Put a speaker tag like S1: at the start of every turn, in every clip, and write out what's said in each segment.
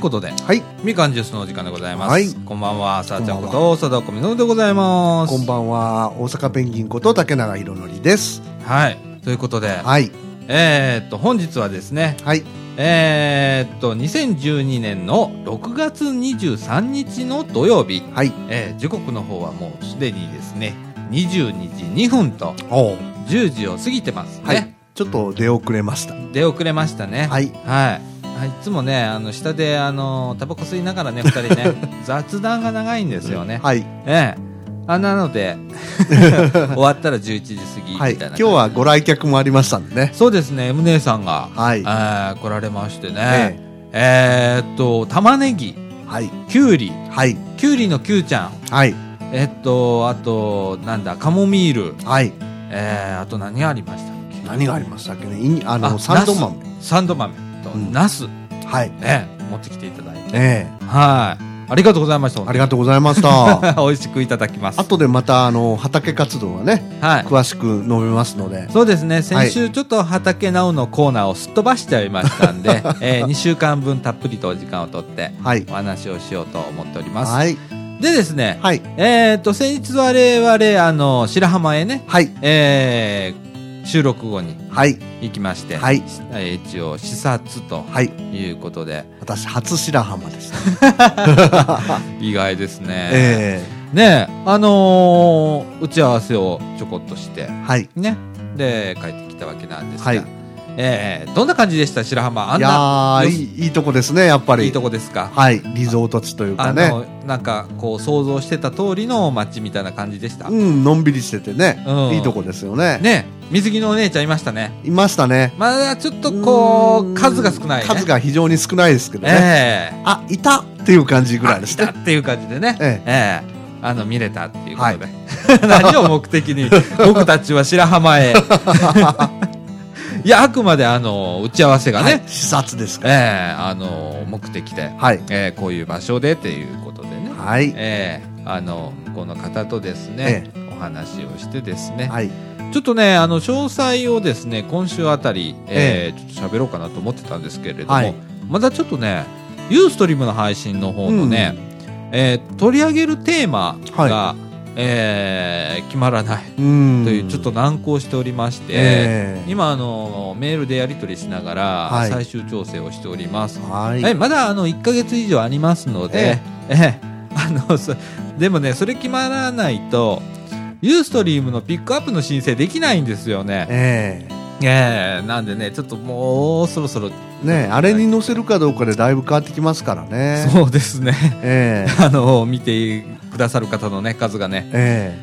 S1: ことで、
S2: はい
S1: みかんジュースのお時間でございます。
S2: はい
S1: こんばんは、さあちゃんこ
S2: こんば
S1: と、佐藤みのるでございます。
S2: こんばんは大阪ペンギンこと竹永宏典です
S1: はい。ということで、
S2: はい
S1: えーっと、本日はですね、
S2: はい
S1: えーっと、2012年の6月23日の土曜日、
S2: はい
S1: えー時刻の方はもうすでにですね、22時2分と
S2: おう
S1: 10時を過ぎてますね。
S2: はいちょっと出遅れました
S1: 出遅れましたね。
S2: はい
S1: はい。はい、いつもね、あの、下で、あの、タバコ吸いながらね、二人ね、 雑談が長いんですよね。
S2: はい
S1: ええ。あ、なの で、終わったら11時過ぎ、みた
S2: はいい
S1: な感
S2: 今
S1: じ。
S2: 日はご来客もありましたんでね
S1: そうですね、M 姉さんが、
S2: はい
S1: ええ来られましてね。
S2: え
S1: えーっと、玉ねぎ、
S2: えはい
S1: きゅうり、
S2: はい
S1: きゅうりのきゅうちゃん、
S2: はい
S1: えっと、あと、なんだ、カモミール、
S2: はい
S1: ええあと何がありましたっけ
S2: 何がありましたっけねいにあの
S1: あ
S2: サンドマン
S1: サンド豆と、
S2: うん
S1: ナス、
S2: はい
S1: ね、持ってきていただいて。
S2: え
S1: はい。ありがとうございました。
S2: えありがとうございました
S1: 美味しくいただきます。
S2: 後でまたあの畑活動はね
S1: はい。
S2: 詳しく述べますので
S1: そうですね。先週ちょっと畑直のコーナーをすっ飛ばしちゃいましたんで、 え2週間分たっぷりとお時間をとって
S2: はい
S1: お話をしようと思っております。
S2: はい
S1: でですね、
S2: はい
S1: えっ、と、先日我々、あの、白浜へね、
S2: はい
S1: えー収録後に
S2: はい
S1: 行きまして、
S2: はい
S1: えー一応視察と
S2: はい
S1: いうことで、
S2: 私初白浜でした
S1: 意外ですね。
S2: え
S1: ねえあのー打ち合わせをちょこっとして、
S2: えはい
S1: ね、で帰ってきたわけなんですが、
S2: はい
S1: えーどんな感じでした白浜あん
S2: い
S1: な
S2: やーいいいいとこですねやっぱり
S1: いいとこですか、
S2: はいリゾート地という
S1: あ
S2: かね
S1: のなんかこう想像してた通りの街みたいな感じでした、
S2: うんのんびりしててね、
S1: うん
S2: いいとこですよね
S1: ね水着のお姉ちゃんいましたね
S2: いましたね
S1: まだちょっとこ
S2: う
S1: うん数が少ない、ね、
S2: 数が非常に少ないですけどね、
S1: ええ
S2: あいたっていう感じぐらいです
S1: だ
S2: ね
S1: っていう感じでね、
S2: え
S1: ええあの見れたっていうことで、 何を目的 に僕たちは白浜へ いやあくまであの打ち合わせがね、
S2: はい視察ですか
S1: ええあの目的で、
S2: はい
S1: えーこういう場所でっていうことでね、
S2: はい
S1: えーあの向こうの方とですね、お話をしてですね、
S2: はい
S1: ちょっとねあの詳細をですね今週あたり、えーちょっと喋ろうかなと思ってたんですけれども、
S2: はい
S1: まだちょっとねユーストリームの配信の方のね、えー取り上げるテーマが、
S2: は
S1: えー決まらない
S2: うん
S1: というちょっと難航しておりまして、
S2: ええ
S1: 今あのメールでやり取りしながら
S2: はい
S1: 最終調整をしております、
S2: はい
S1: はい、まだあの1ヶ月以上ありますので、ええ あのそでもね、それ決まらないと、ユーストリームのピックアップの申請できないんですよね。
S2: え
S1: ええなんでね、ちょっともうそろそろ、
S2: えねえあれに載せるかどうかでだいぶ変わってきますからね
S1: そうですね、
S2: え
S1: あの見てくださる方の、ね、数がね
S2: え、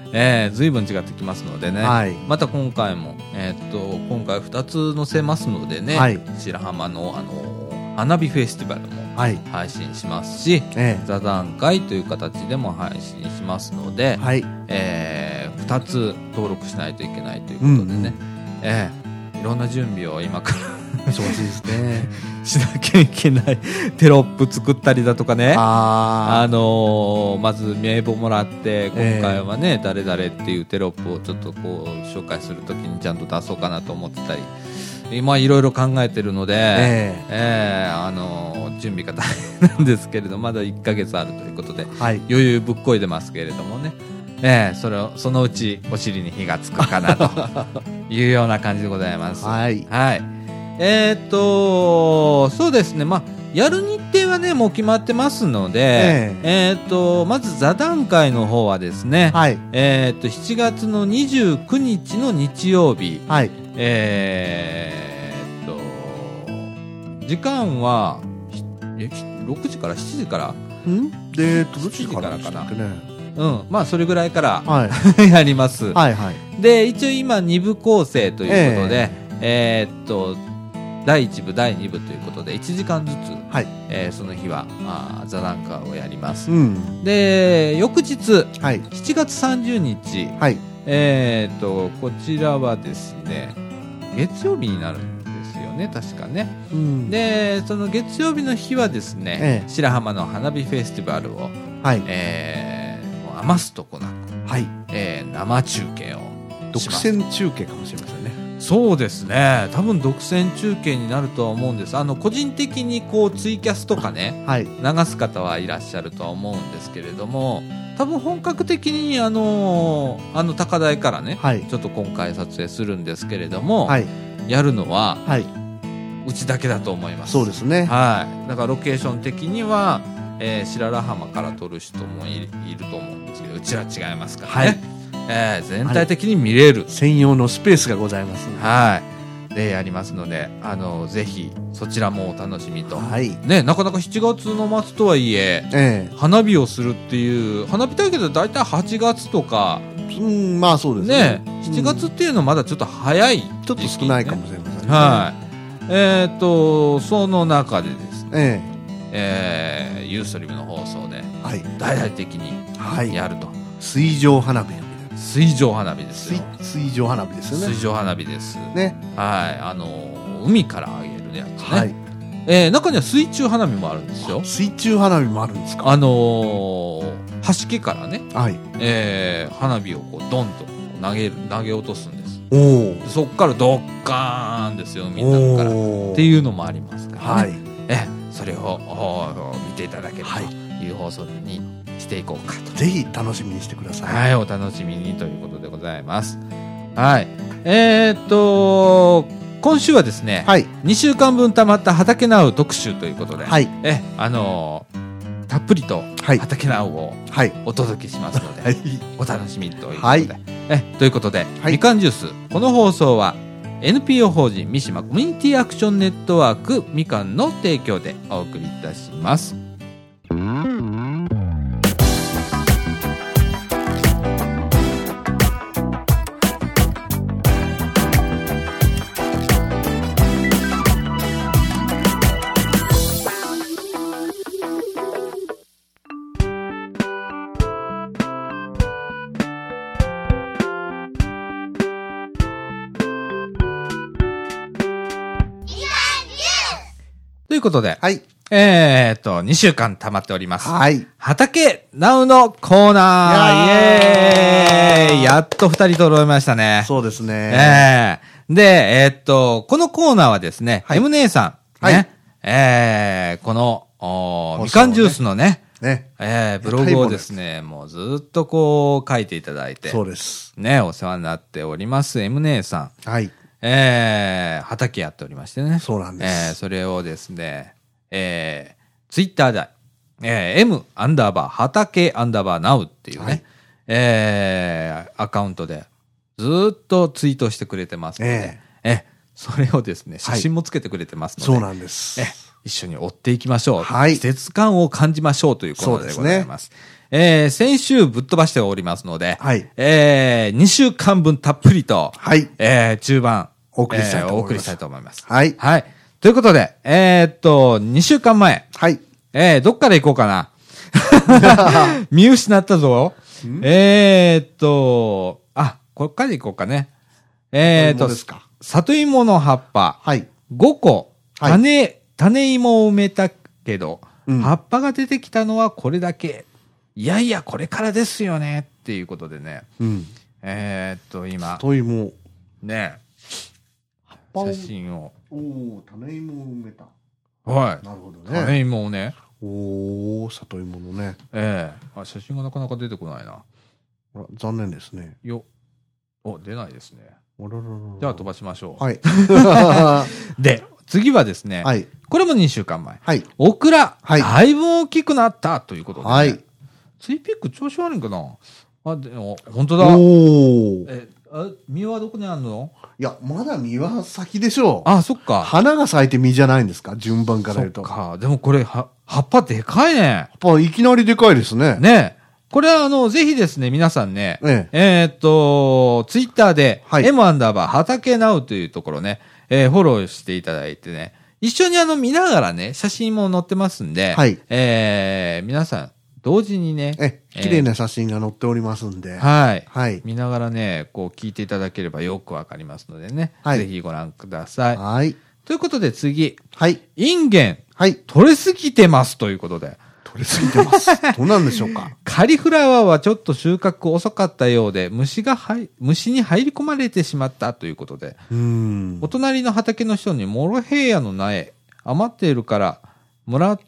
S1: え
S2: え
S1: え、随分違ってきますので
S2: え
S1: ね。
S2: はい
S1: また今回も、えーっと、今回2つ載せますのでね、
S2: はい
S1: 白浜の、あの、花火フェスティバルも
S2: はい
S1: 配信しますし、
S2: え
S1: 座談会という形でも配信しますの
S2: え
S1: で、
S2: はい
S1: えー、2つ登録しないといけないということでね、えーいろんな準備を今から
S2: 忙しいですね
S1: しなきゃいけない テロップ作ったりだとかね。あ
S2: あ
S1: のーまず名簿もらって今回はね、誰々っていうテロップをちょっとこう紹介するときにちゃんと出そうかなと思ってたり今いろいろ考えてるので、
S2: あええ
S1: えーあのー準備が大変なんですけれどまだ1ヶ月あるということで
S2: はい
S1: 余裕ぶっこいでますけれどもね、えーそれをそのうちお尻に火がつくかなというような感じでございます。はい、
S2: はい
S1: えーっとそうですねまあやる日程はねもう決まってますので、えーっとまず座談会の方はですね、
S2: はい
S1: えーっと7月の29日の日曜日、
S2: はい
S1: えーっと、時間は、ひえひ6時から7時から、
S2: んでどっ
S1: 7時
S2: ち
S1: か
S2: からら
S1: か
S2: か
S1: な
S2: なね
S1: うん、まあそれぐらいから、
S2: は い
S1: やります。
S2: はいはい
S1: で、一応今2部構成ということで、えーっと、第1部、第2部ということで、1時間ずつ、
S2: はい
S1: えーその日は、あー座談会をやります。
S2: うん
S1: で、翌日、
S2: はい
S1: 7月30日、
S2: はい
S1: えー、と、こちらはですね、月曜日になるんですよね、確かね。
S2: うん
S1: で、その月曜日の日はですね、
S2: ええ
S1: 白浜の花火フェスティバルを、
S2: はい
S1: えーもう余すとこなく、
S2: はい
S1: えー生中継をし
S2: 独
S1: ます。
S2: 占中継かもしれませんね
S1: そうですね多分独占中継になるとは思うんですあの個人的にこうツイキャスとかね
S2: はい。
S1: 流す方はいらっしゃるとは思うんですけれども多分本格的にあのあの高台からね、
S2: はい
S1: ちょっと今回撮影するんですけれども、
S2: はい。
S1: やるのは
S2: はい。
S1: うちだけだと思います
S2: そうですね。
S1: はい、だからロケーション的には、えー白良浜から撮る人もいいると思うんですけどうちら違いますからね、えー全体的に見れる
S2: 専用のスペースがございますので。
S1: はい、でやりますのであのぜひそちらもお楽しみと、
S2: はい。
S1: ね、なかなか7月の末とはいえ
S2: え
S1: 花火をするっていう花火大会だと大体8月とか
S2: えうん、まあそうです
S1: ね
S2: ね。
S1: 7月っていうのはまだちょっと早い時期ね、
S2: ちょっと少ないかもしれませんね。
S1: はいえっ、とその中でですね
S2: え
S1: えー、ユーストリームの放送で
S2: えはい。
S1: 大々的に
S2: はい。
S1: やると、
S2: 水上花火みたいな。
S1: 水上花火です
S2: 水
S1: よ、
S2: 水上花火ですよ
S1: 水
S2: ね。
S1: 上花火です、
S2: ね。
S1: はいあのー海からあげるやつね、
S2: はい。
S1: えー中には水中花火もあるんですよ
S2: 水中花火もあるんですか
S1: あのー端木からね、
S2: はい。
S1: えー花火をこうドンと投げる投げ落とすんです
S2: おお。
S1: でそっからドッカーンですよ海の中からっ
S2: おお。
S1: ていうのもありますから、ね
S2: はい。
S1: えそれをおー見ていただける
S2: はい
S1: という放送にしていこうかと
S2: ぜひ楽しみにしてくださ
S1: は
S2: い。
S1: い、お楽しみにということでございます。はい。えーっと、今週はですね、
S2: はい。
S1: 2週間分たまった畑ナウ特集ということで、
S2: はい。
S1: え、あのーたっぷりと
S2: はい。
S1: 畑ナウを
S2: はい。
S1: お届けしますので、
S2: はい。
S1: お楽しみということで。
S2: はい
S1: えということで、
S2: はい
S1: みかんジュース、この放送は、NPO 法人三島コミュニティアクションネットワークみかんの提供でお送りいたします。ということで、
S2: はい。
S1: えー、っと、2週間溜まっております。
S2: はい。
S1: 畑ナウのコーナー
S2: い
S1: イ
S2: やー
S1: エーイやっと二人揃いましたね。
S2: そうですね。
S1: ええで、えーっと、このコーナーはですね、
S2: はい
S1: M 姉さん、
S2: はい
S1: ね、えーこの、おー
S2: 放送ね
S1: みかんジュースのね、
S2: ね。
S1: えーブログをですね、もうずっとこう書いていただいて、
S2: そうです。
S1: ね、お世話になっております、M 姉さん。
S2: はい。
S1: えー、畑やっておりましてね。
S2: そうなんで
S1: えー
S2: す。
S1: それをですね、えー、ツイッターで、えー、m アンダーバー畑アンダーバーナウっていうね、
S2: はい
S1: えーアカウントでずーっとツイートしてくれてますので、えそれをですね、写真もつけてくれてますので、
S2: そうなんです
S1: え。一緒に追っていきましょう。
S2: はい
S1: 季節感を感じましょうということでございます。えー先週ぶっ飛ばしておりますので、
S2: はい
S1: え2週間分たっぷりと、
S2: はい
S1: えー中盤、
S2: お送りしたいと思います
S1: お送りしたいと思います。
S2: はい。
S1: はい。ということで、えーっと、2週間前、
S2: はい。
S1: えー、どっから行こうか な。見失ったぞ。えーっと、あ、こっから行こうかね。えーっ
S2: どう
S1: と
S2: ですか、
S1: 里芋の葉っぱ
S2: はい。
S1: 5個、
S2: はい
S1: 種、種芋を埋めたけど、
S2: うん
S1: 葉っぱが出てきたのはこれだけ。いやいや、これからですよね。っていうことでね。
S2: うん。
S1: えーっと、今、
S2: といも。
S1: ね、
S2: ぱを
S1: 写真を。
S2: おお、種芋を埋めた。
S1: はい。
S2: なるほどね。
S1: 種芋をね。
S2: おお、里芋のね。
S1: ええあ、写真がなかなか出てこないな。
S2: あら残念ですね。
S1: よ。お、出ないですね。
S2: あらららら
S1: じゃあ飛ばしましょう。
S2: はい。 は
S1: で、次はですね、
S2: い。
S1: これも2週間前。
S2: はい。
S1: オクラ、
S2: はい
S1: だいぶ大きくなったということで、ね。
S2: はい。
S1: ツイピック調子悪いんかなあ、でも、本当だ。
S2: おお。
S1: え、あ、実はどこにあるの
S2: いや、まだ実は先でしょう。
S1: あ、そっか。
S2: 花が咲いて実じゃないんですか順番から
S1: そ
S2: 言
S1: っ
S2: うと。
S1: か。でもこれ、は、葉っぱでかいね。
S2: やっぱいきなりでかいですね。
S1: ねえ。これはあの、ぜひですね、皆さんね、
S2: え
S1: えーっと、ツイッターで、
S2: はい
S1: M アンダーバー畑ナウというところね、えーフォローしていただいてね、一緒にあの見ながらね、写真も載ってますんで、
S2: はい
S1: えー皆さん、同時にね、
S2: え。え、綺麗な写真が載っておりますんで。
S1: はい。
S2: はい。
S1: 見ながらね、こう聞いていただければよくわかりますのでね、
S2: はい
S1: ぜひご覧ください。
S2: はい。
S1: ということで次、
S2: はい。
S1: インゲン、
S2: はい。
S1: 取れすぎてますということで。
S2: 取れすぎて ます。どうなんでしょうか。
S1: カリフラワーはちょっと収穫遅かったようで、虫が入、虫に入り込まれてしまったということで、
S2: うーん
S1: お。隣の畑の人にモロヘイヤの苗、余っているから、もら、ん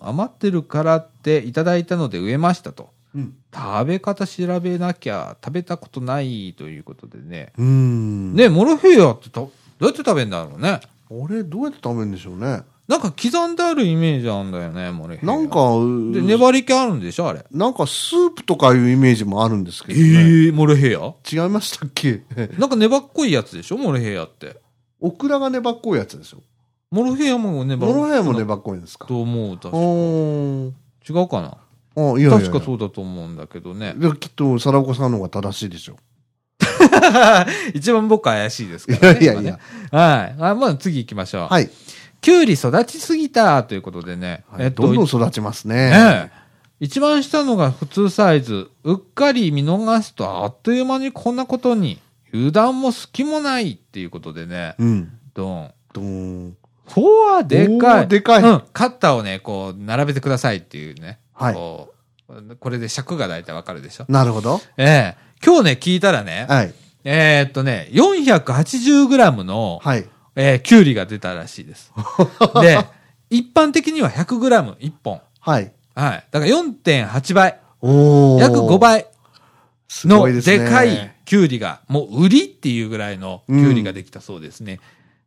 S1: 余ってるからっていただいたので植えましたと。
S2: うん。
S1: 食べ方調べなきゃ食べたことないということでね。
S2: うーん。
S1: ね、モロヘイヤってたどうやって食べるんだろうね。
S2: あれ、どうやって食べるんでしょうね。
S1: なんか刻んであるイメージあるんだよね、モロヘイヤ。
S2: なん、か、
S1: で、粘り気あるんでしょ、あれ。
S2: なんかスープとかいうイメージもあるんですけど、ね。
S1: ええモロヘイヤ
S2: 違いましたっけ
S1: なんか粘っこいやつでしょ、モロヘイヤって。
S2: オクラが粘っこいやつですよ。
S1: モロヘイヤもね、
S2: モロヘイヤも
S1: っ
S2: 粘っこいんですか
S1: と思うだ
S2: おー。
S1: 違うかな
S2: あ、いやいやいや
S1: 確かそうだと思うんだけどね。
S2: できっと、サラオカさんの方が正しいでしょ
S1: 一番僕怪しいです
S2: う。
S1: か
S2: い
S1: ら、
S2: や
S1: ね。
S2: いやいや。
S1: 今ねはい。あ、まあ次行きましょう。い。
S2: はい。
S1: キュウリ育ちすぎたということでね。
S2: はいどんどん育ちますね。
S1: ねえ一番下のが普通サイズ。うっかり見逃すとあっという間にこんなことに。油断も隙もないっていうことでね。
S2: うん。
S1: ドン。
S2: どーん。
S1: フォアでか
S2: おー
S1: い。
S2: でかい
S1: うん。カッターをね、こう、並べてくださいっていうね。
S2: はい
S1: こう、これで尺が大体わかるでしょ。
S2: なるほど。
S1: ええ今日ね、聞いたらね、
S2: はい。
S1: えーっとね、480g の、
S2: はい。
S1: えー、キュウリが出たらしい です。で、一般的には 100g、1本。
S2: はい。
S1: はい。だから4.8倍。
S2: おー。
S1: 約5倍
S2: す
S1: の
S2: ごいすね。
S1: でかいキュウリが、もう売りっていうぐらいのキュウリができたそうですね。
S2: うん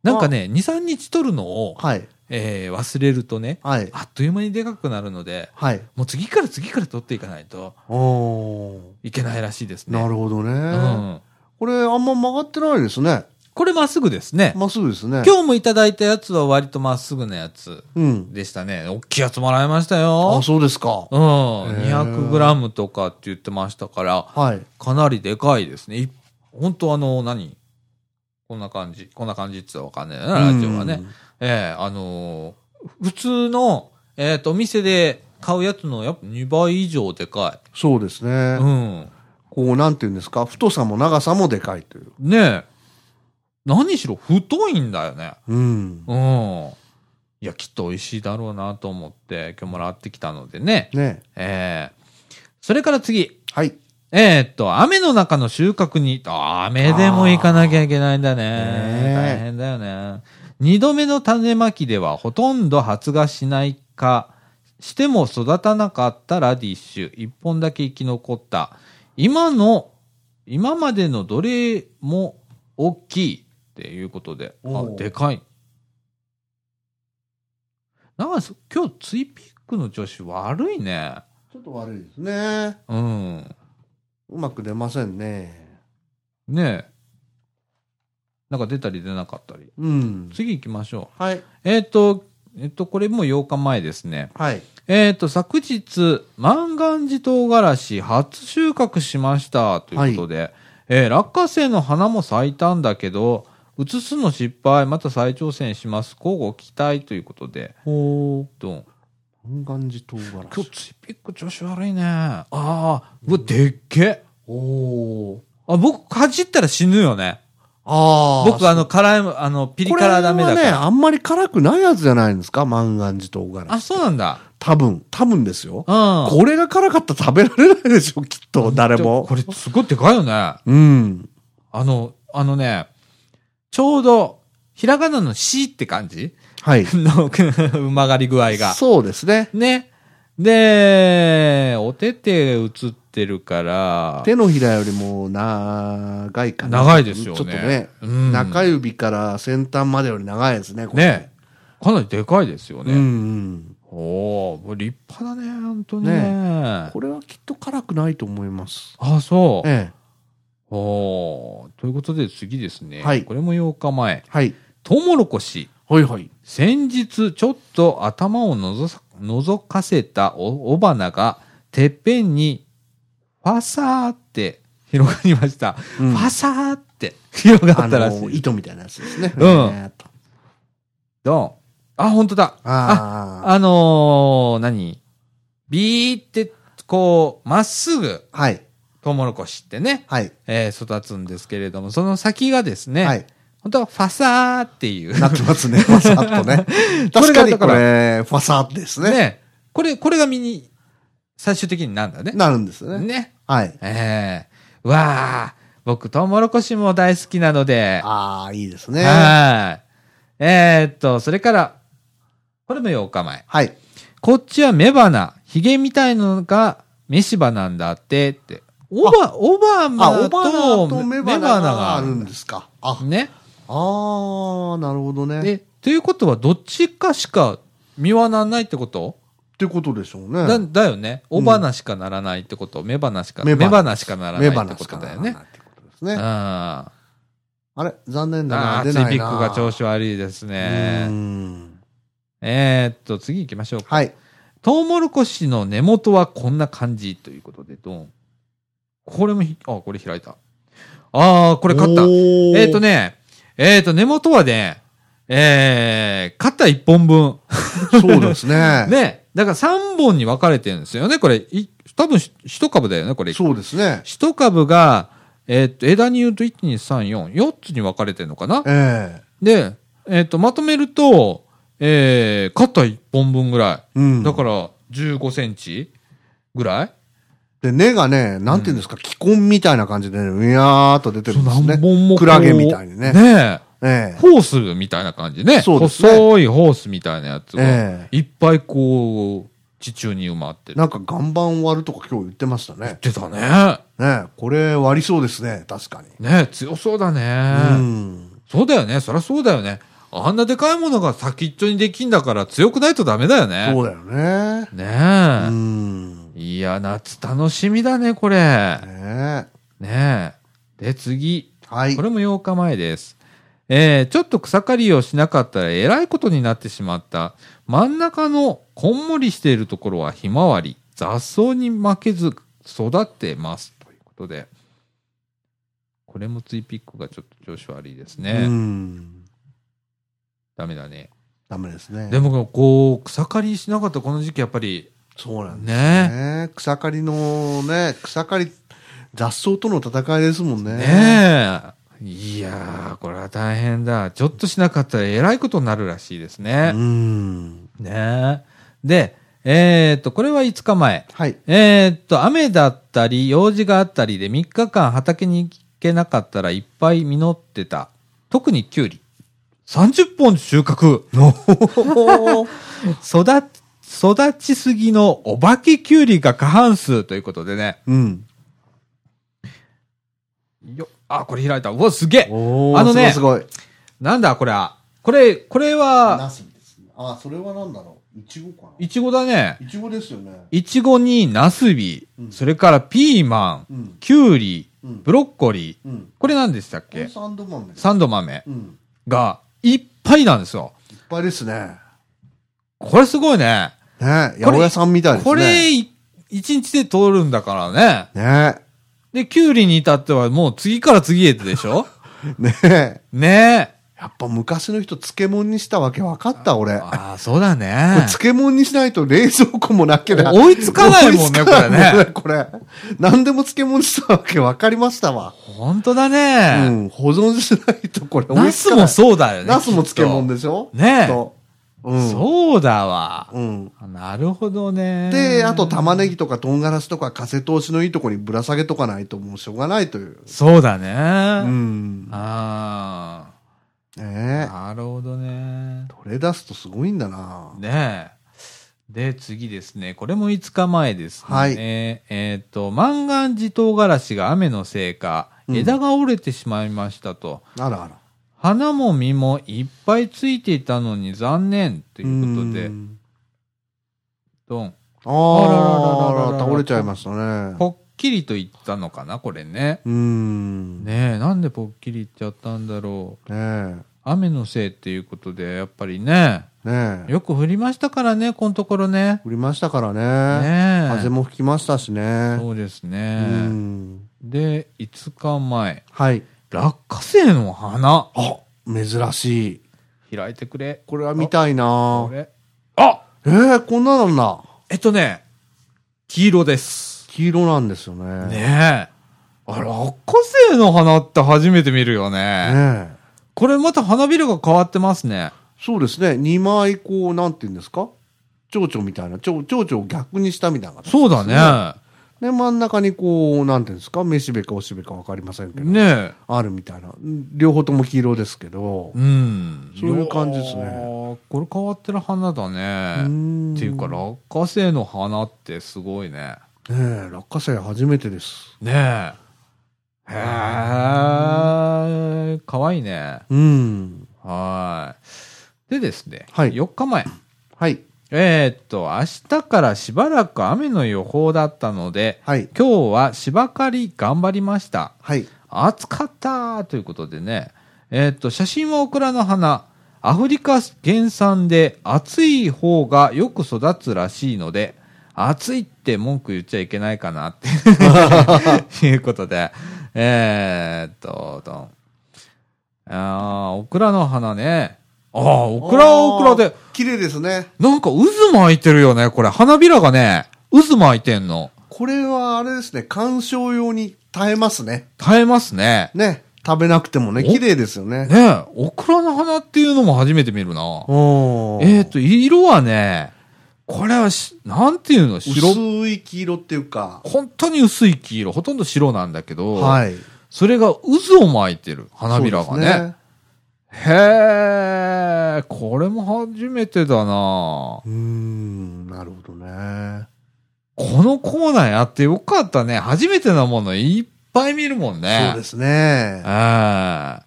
S1: なんかね、2、3日取るのを、
S2: はい。
S1: えー忘れるとね、
S2: はい。
S1: あっという間にでかくなるので、
S2: はい。
S1: もう次から次から取っていかないと
S2: おー。
S1: いけないらしいですね。
S2: なるほどね。
S1: うん。
S2: これ、あんま曲がってないですね。
S1: これまっすぐですね。
S2: まっすぐですね。
S1: 今日もいただいたやつは割とまっすぐなやつ
S2: うん。
S1: でしたね。大きいやつもらいました
S2: あ
S1: よ、。
S2: そうですか
S1: う。ん。
S2: へー
S1: 200g とかって言ってましたから、
S2: はい。
S1: かなりでかいですね。い本当あの、何こんな感じ。こんな感じって言ったらわかんないな、ラジオはね。ええあのー普通の、えっ、と、お店で買うやつのやっぱ2倍以上でか
S2: そうです
S1: い。
S2: ね
S1: う。ん。
S2: こう、なんていうんですか、太さも長さもでかいという。
S1: ねえ。何しろ太いんだよね。
S2: うん。
S1: うん。いや、きっと美味しいだろうなと思って、今日もらってきたのでね。
S2: ね。
S1: ええそれから次。
S2: はい。
S1: えーっと、雨の中の収穫に、あ雨でも行かなきゃいけないんだね
S2: ね。え
S1: 大変だよね。二度目の種まきではほとんど発芽しないか、しても育たなかったラディッシュ、一本だけ生き残った。今の、今までのどれも大きいっていうことで、あ
S2: お、う
S1: でかい。なんかそ今日ツイピックの女子悪いね。
S2: ちょっと悪いですね。
S1: うん。
S2: うまく出ませんね。
S1: ねえ。なんか出たり出なかったり。
S2: うん。
S1: 次行きましょ
S2: はい。
S1: う。えっ、と、えっ、と、これも8日前ですね。
S2: はい。
S1: えっ、と、昨日、万願寺唐辛子初収穫しましたということで、えー落花生の花も咲いたんだけど、移すの失敗、また再挑戦します。交互期待ということで、
S2: ほ
S1: どん。
S2: う。万願寺唐辛
S1: 今日
S2: 子。
S1: ツイピック調子悪いね。ああ、うわ、でっけ
S2: おお。
S1: あ、僕、かじったら死ぬよね。
S2: ああ。
S1: 僕、あの、辛い、あの、ピリ
S2: これ
S1: 辛
S2: は
S1: ダメだから
S2: ね、。あんまり辛くないやつじゃないんですか万願寺唐辛子。
S1: あ、そうなんだ。
S2: 多分、多分ですよ。
S1: うん。
S2: これが辛かったら食べられないでしょ、きっと、誰も。
S1: これすごいでかいよね。あ
S2: うん。
S1: の、あのね、ちょうど、ひらがなのしって感じ
S2: はい。
S1: の曲がり具合が。
S2: そうですね。
S1: ね。で、お手手映ってるから、
S2: 手のひらよりも長いかな。
S1: 長いですよね。
S2: ちょっとね。
S1: うん、
S2: 中指から先端までより長いですね、これ
S1: ね。。かなりでかいですよ
S2: うん、う
S1: ね。
S2: ん。
S1: おー、もう立派だね、本当にね。
S2: これはきっと辛くないと思います。
S1: あ、そう。
S2: ええ。
S1: おーということで次ですね。
S2: はい
S1: これも8日前。
S2: はい。
S1: トウモロコシ。
S2: はいはい。
S1: 先日ちょっと頭をのぞさ覗かせたお尾花がてっぺんにファサーって広がりました、
S2: うん
S1: ファサーって広が
S2: あ
S1: ったらし
S2: の、
S1: い
S2: 糸みたいなやつですね。
S1: うん
S2: えーっと
S1: どんあ本当だあ
S2: あ
S1: あのー、何ビーってこうまっすぐ
S2: あ。はい。
S1: トウモロコシってね、
S2: はい。
S1: えー育つんですけれどもその先がですね、
S2: はい。
S1: 本当はファサーっていう
S2: なってますね、ファサッと
S1: こ
S2: ね。
S1: れ
S2: 確か
S1: が
S2: に
S1: だか
S2: こ
S1: ら
S2: れ、ファサッですね。
S1: ね、これ、これが身に、最終的になんだね。
S2: なるんですよね。
S1: ね。
S2: はい。
S1: ええわあ、僕、トウモロコシも大好きなので、
S2: ああ、いいですね。は
S1: はい。えーっと、それから、これも8日前。
S2: い。
S1: こっちは雌花、ヒゲみたいのが雌しばなんだって、って。オバ、オバ
S2: あ、
S1: マ
S2: オバナ
S1: と
S2: とメ
S1: 雌
S2: バナ
S1: 花
S2: が
S1: が
S2: あ
S1: あ
S2: る
S1: る
S2: ん
S1: ん
S2: で
S1: です
S2: か。あ、
S1: ね。
S2: あー、なるほどね。っ
S1: で、ということは、どっちかしか実はなんないってこと
S2: てことでしょう
S1: だ
S2: ね。
S1: だよね。雄花しかならないってこと。雌花しか、
S2: 雌
S1: 雌
S2: 花
S1: 花しかならない
S2: メ
S1: っ
S2: バ
S1: て
S2: ナ
S1: こ
S2: しか
S1: と
S2: な
S1: だ
S2: ら
S1: よ
S2: ない
S1: ね
S2: っ。てことです
S1: うん。
S2: ね。
S1: あ
S2: あれ残念だな。
S1: あ
S2: 出
S1: ー、
S2: な
S1: ち
S2: い
S1: びっ
S2: な。
S1: こが調子悪いですね。
S2: うーん
S1: えー、っと、次行きましょうか。
S2: はい。
S1: トウモロコシの根元はこんな感じということで、ドン。これもひ、あ、これ開いた。ああ、こ
S2: こ
S1: れ買った。え
S2: え
S1: ーっと。ね、えーっと、根元はね、えー、った1本分。
S2: そうですね。
S1: ね。だから3本に分かれてるんですよね。これ、い多分し1株だよね、これ。
S2: そうですね。
S1: 1株が、えーっと、枝に言うと1、2、3、4、4つに分かれてるのかな
S2: え
S1: で、えーっと、まとめると、えー、肩1本分ぐら
S2: え。う
S1: い。
S2: ん。
S1: だから、15センチぐらい
S2: で、根がね、なんていうんですか、気根みたいな感じでね、うやーっと出てるんですね。
S1: 何本もこう
S2: クラゲみたいにね。
S1: ね
S2: え
S1: え。
S2: え。
S1: ホースみたいな感じね。
S2: そうですね
S1: 細いホースみたいなやつ
S2: え
S1: が、いっぱいこう、地中に埋まってる。
S2: なんか岩盤割るとか今日言ってましたね。
S1: 出たね。
S2: ねえこれ割りそうですね、確かに。
S1: ねえ、強そうだ
S2: う
S1: ね。
S2: ん。
S1: そうだよね。そりゃそうだよね。あんなでかいものが先っちょにできんだから強くないとダメだよね。
S2: そうだよね。
S1: ね
S2: う
S1: え。
S2: ん。ね
S1: いや、夏楽しみだね、これ。
S2: え。
S1: ねえ。で、次。
S2: はい
S1: こ。れも8日前です。えー、ちょっと草刈りをしなかったらえらいことになってしまった。真ん中のこんもりしているところはひまわり。雑草に負けず育ってます。ということで。これもツイピックがちょっと調子悪いです
S2: う
S1: ね。
S2: ん。
S1: ダメだね。
S2: ダメですね。
S1: でも、こう、草刈りしなかったこの時期やっぱり、
S2: そうなんですね。
S1: ね
S2: 草刈りのね、草刈り、雑草との戦いですもんね。
S1: え。ねえ。いやー、これは大変だ。ちょっとしなかったらえらいことになるらしいですね。
S2: うん。
S1: ねえ。で、えーっと、これは5日前。
S2: はい。
S1: えーっと、雨だったり、用事があったりで3日間畑に行けなかったらいっぱい実ってた。特にきゅうり。30本収穫育ち、育ちすぎのお化けきゅうりが過半数ということでね。
S2: うん。
S1: よ、あ、これ開いた。うわ、すげえ
S2: お
S1: あのね
S2: すごい。すごい
S1: なんだこれは。これ、これは、
S2: ナスですね。あ、それはなんだろう。いちごか
S1: いちごだね。
S2: いちごですよね。
S1: いちごにナスビ
S2: う、ん
S1: それからピーマ
S2: う
S1: ン
S2: ん、
S1: きゅうり、
S2: うん
S1: ブロッコリー、
S2: うん。
S1: これ何でしたっ
S2: これ
S1: け
S2: サンド豆です。
S1: サンド豆
S2: うん。
S1: がいっぱいなんですよ。
S2: いっぱいですね。
S1: これすごいね。
S2: ね八百屋さんみたいですね。
S1: これ、い一日で通るんだからね。
S2: ね
S1: で、きゅうりに至ってはもう次から次へでし ょ
S2: ねえ。
S1: ねえ。
S2: やっぱ昔の人漬物にしたわけ分かった、俺。こ
S1: ああ、そうだ
S2: れ
S1: ね。
S2: 漬物にしないと冷蔵庫もなけりゃ
S1: 追いつかないもんね
S2: 追いつかないもん
S1: これね
S2: これ。何でも漬物にしたわけ分かりましたわ。
S1: 本当だ
S2: う
S1: ね。
S2: ん。保存しないとこれ追
S1: ナ
S2: いつ
S1: ス
S2: かない。
S1: もそうだよね。
S2: ナスも
S1: きっと
S2: 漬物でしょ
S1: ねえ
S2: とうん。
S1: そうだわ。
S2: うん。
S1: なるほどね。
S2: で、あと玉ねぎとか唐辛子とか風通しのいいとこにぶら下げとかないともうしょうがないという。
S1: そうだ
S2: う
S1: ね。
S2: ん。
S1: ああ。
S2: ねえ。
S1: なるほどね。
S2: 取れ出すとすごいんだな。
S1: ねえ。で、次ですね。これも5日前です、ね。
S2: はい
S1: えーえーっと、万願寺唐辛子が雨のせいか、
S2: うん
S1: 枝が折れてしまいましたと。
S2: あらあら。
S1: 花も実もいっぱいついていたのに残念と
S2: と
S1: いうことで、ドン。
S2: あー
S1: あらららららら
S2: 倒れちゃいましたね。
S1: ぽっきりと言ったのかな、これね。
S2: うーん。ね
S1: ねえ、なんでぽっきり言っちゃったんだろう。
S2: え。ね
S1: 雨のせいっていうことで、やっぱりね、
S2: え。
S1: よく降りましたからね、このところね。
S2: 降りましたから
S1: ね
S2: ね。
S1: え。
S2: 風も吹きましたしね。
S1: そうです
S2: う
S1: ね。
S2: ん。
S1: で、5日前、
S2: はい。
S1: 落花生の花、
S2: あ、珍しい。
S1: 開いてくれ。
S2: これは見たいな
S1: これ。あ
S2: ええ、こんなのなんだ。
S1: えっとね、黄色です。
S2: 黄色なんですよね。ね
S1: ねえ。あ、落花生の花って初めて見るよね。
S2: え。
S1: これまた花びらが変わってますね。
S2: そうですね。2枚こう、なんて言うんですか蝶々みたいな、蝶蝶々を逆にしたみたいな形。
S1: そうだね。
S2: で、真ん中にこう、なんていうんですか、めしべかおしべかわかりませんけど、
S1: ね
S2: あるみたいな。両方とも黄色ですけど
S1: え。、うん。
S2: そういう感じですね
S1: いやー。これ変わってる花だ
S2: う
S1: ね。
S2: ん
S1: っていうか、落花生の花ってすごいね。
S2: ねえ、落花生初めてです。
S1: ねえ。へえ。かわいいね。
S2: うん。
S1: はい。でですね、
S2: はい
S1: 4日前。
S2: はい。
S1: えーっと、明日からしばらく雨の予報だったので、
S2: はい。
S1: 今日は芝刈り頑張りました。
S2: はい。
S1: 暑かったということでね、えーっと、写真はオクラの花。アフリカ原産で暑い方がよく育つらしいので、暑いって文句言っちゃいけないかなって いうことで、えーっと、どん。あーオクラの花ね。ああ、オクラはオクラで、
S2: 綺麗ですね。
S1: なんか渦巻いてるよね、これ。花びらがね、渦巻いてんの。
S2: これはあれですね、観賞用に耐えますね。
S1: 耐えますね。
S2: ね。食べなくてもね、
S1: お
S2: 綺麗ですよね。
S1: ねえ、オクラの花っていうのも初めて見るな。
S2: お
S1: えっ、と、色はね、これはし、なんていうの、白、
S2: 薄い黄色っていうか、
S1: 本当に薄い黄色、ほとんど白なんだけど、
S2: はい。
S1: それが渦を巻いてる、花びら
S2: そ
S1: が
S2: う
S1: ね。
S2: です。
S1: へえ、これも初めてだな
S2: うーん、なるほどね。
S1: このコーナーやってよかったね。初めてのものいっぱい見るもんね。
S2: そうですね。
S1: ああ。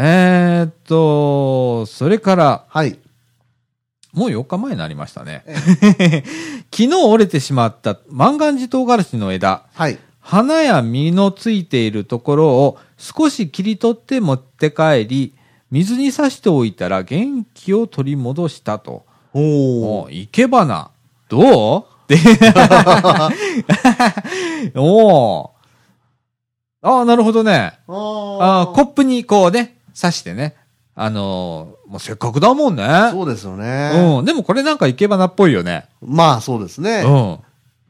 S1: えーっと、それから、
S2: はい。
S1: もう4日前になりましたね
S2: え。
S1: 昨日折れてしまった万願寺唐辛子の枝。
S2: はい。
S1: 花や実のついているところを少し切り取って持って帰り、水に刺しておいたら元気を取り戻したと。
S2: お
S1: も
S2: お。
S1: う、いけばな。どうって。 おーああ、なるほどね。あーコップにこうね、刺してね。あのーもうせっかくだもんね。
S2: そうですよね。
S1: うん。でもこれなんかいけばなっぽいよね。
S2: まあ、そうです
S1: う
S2: ね。
S1: ん。へ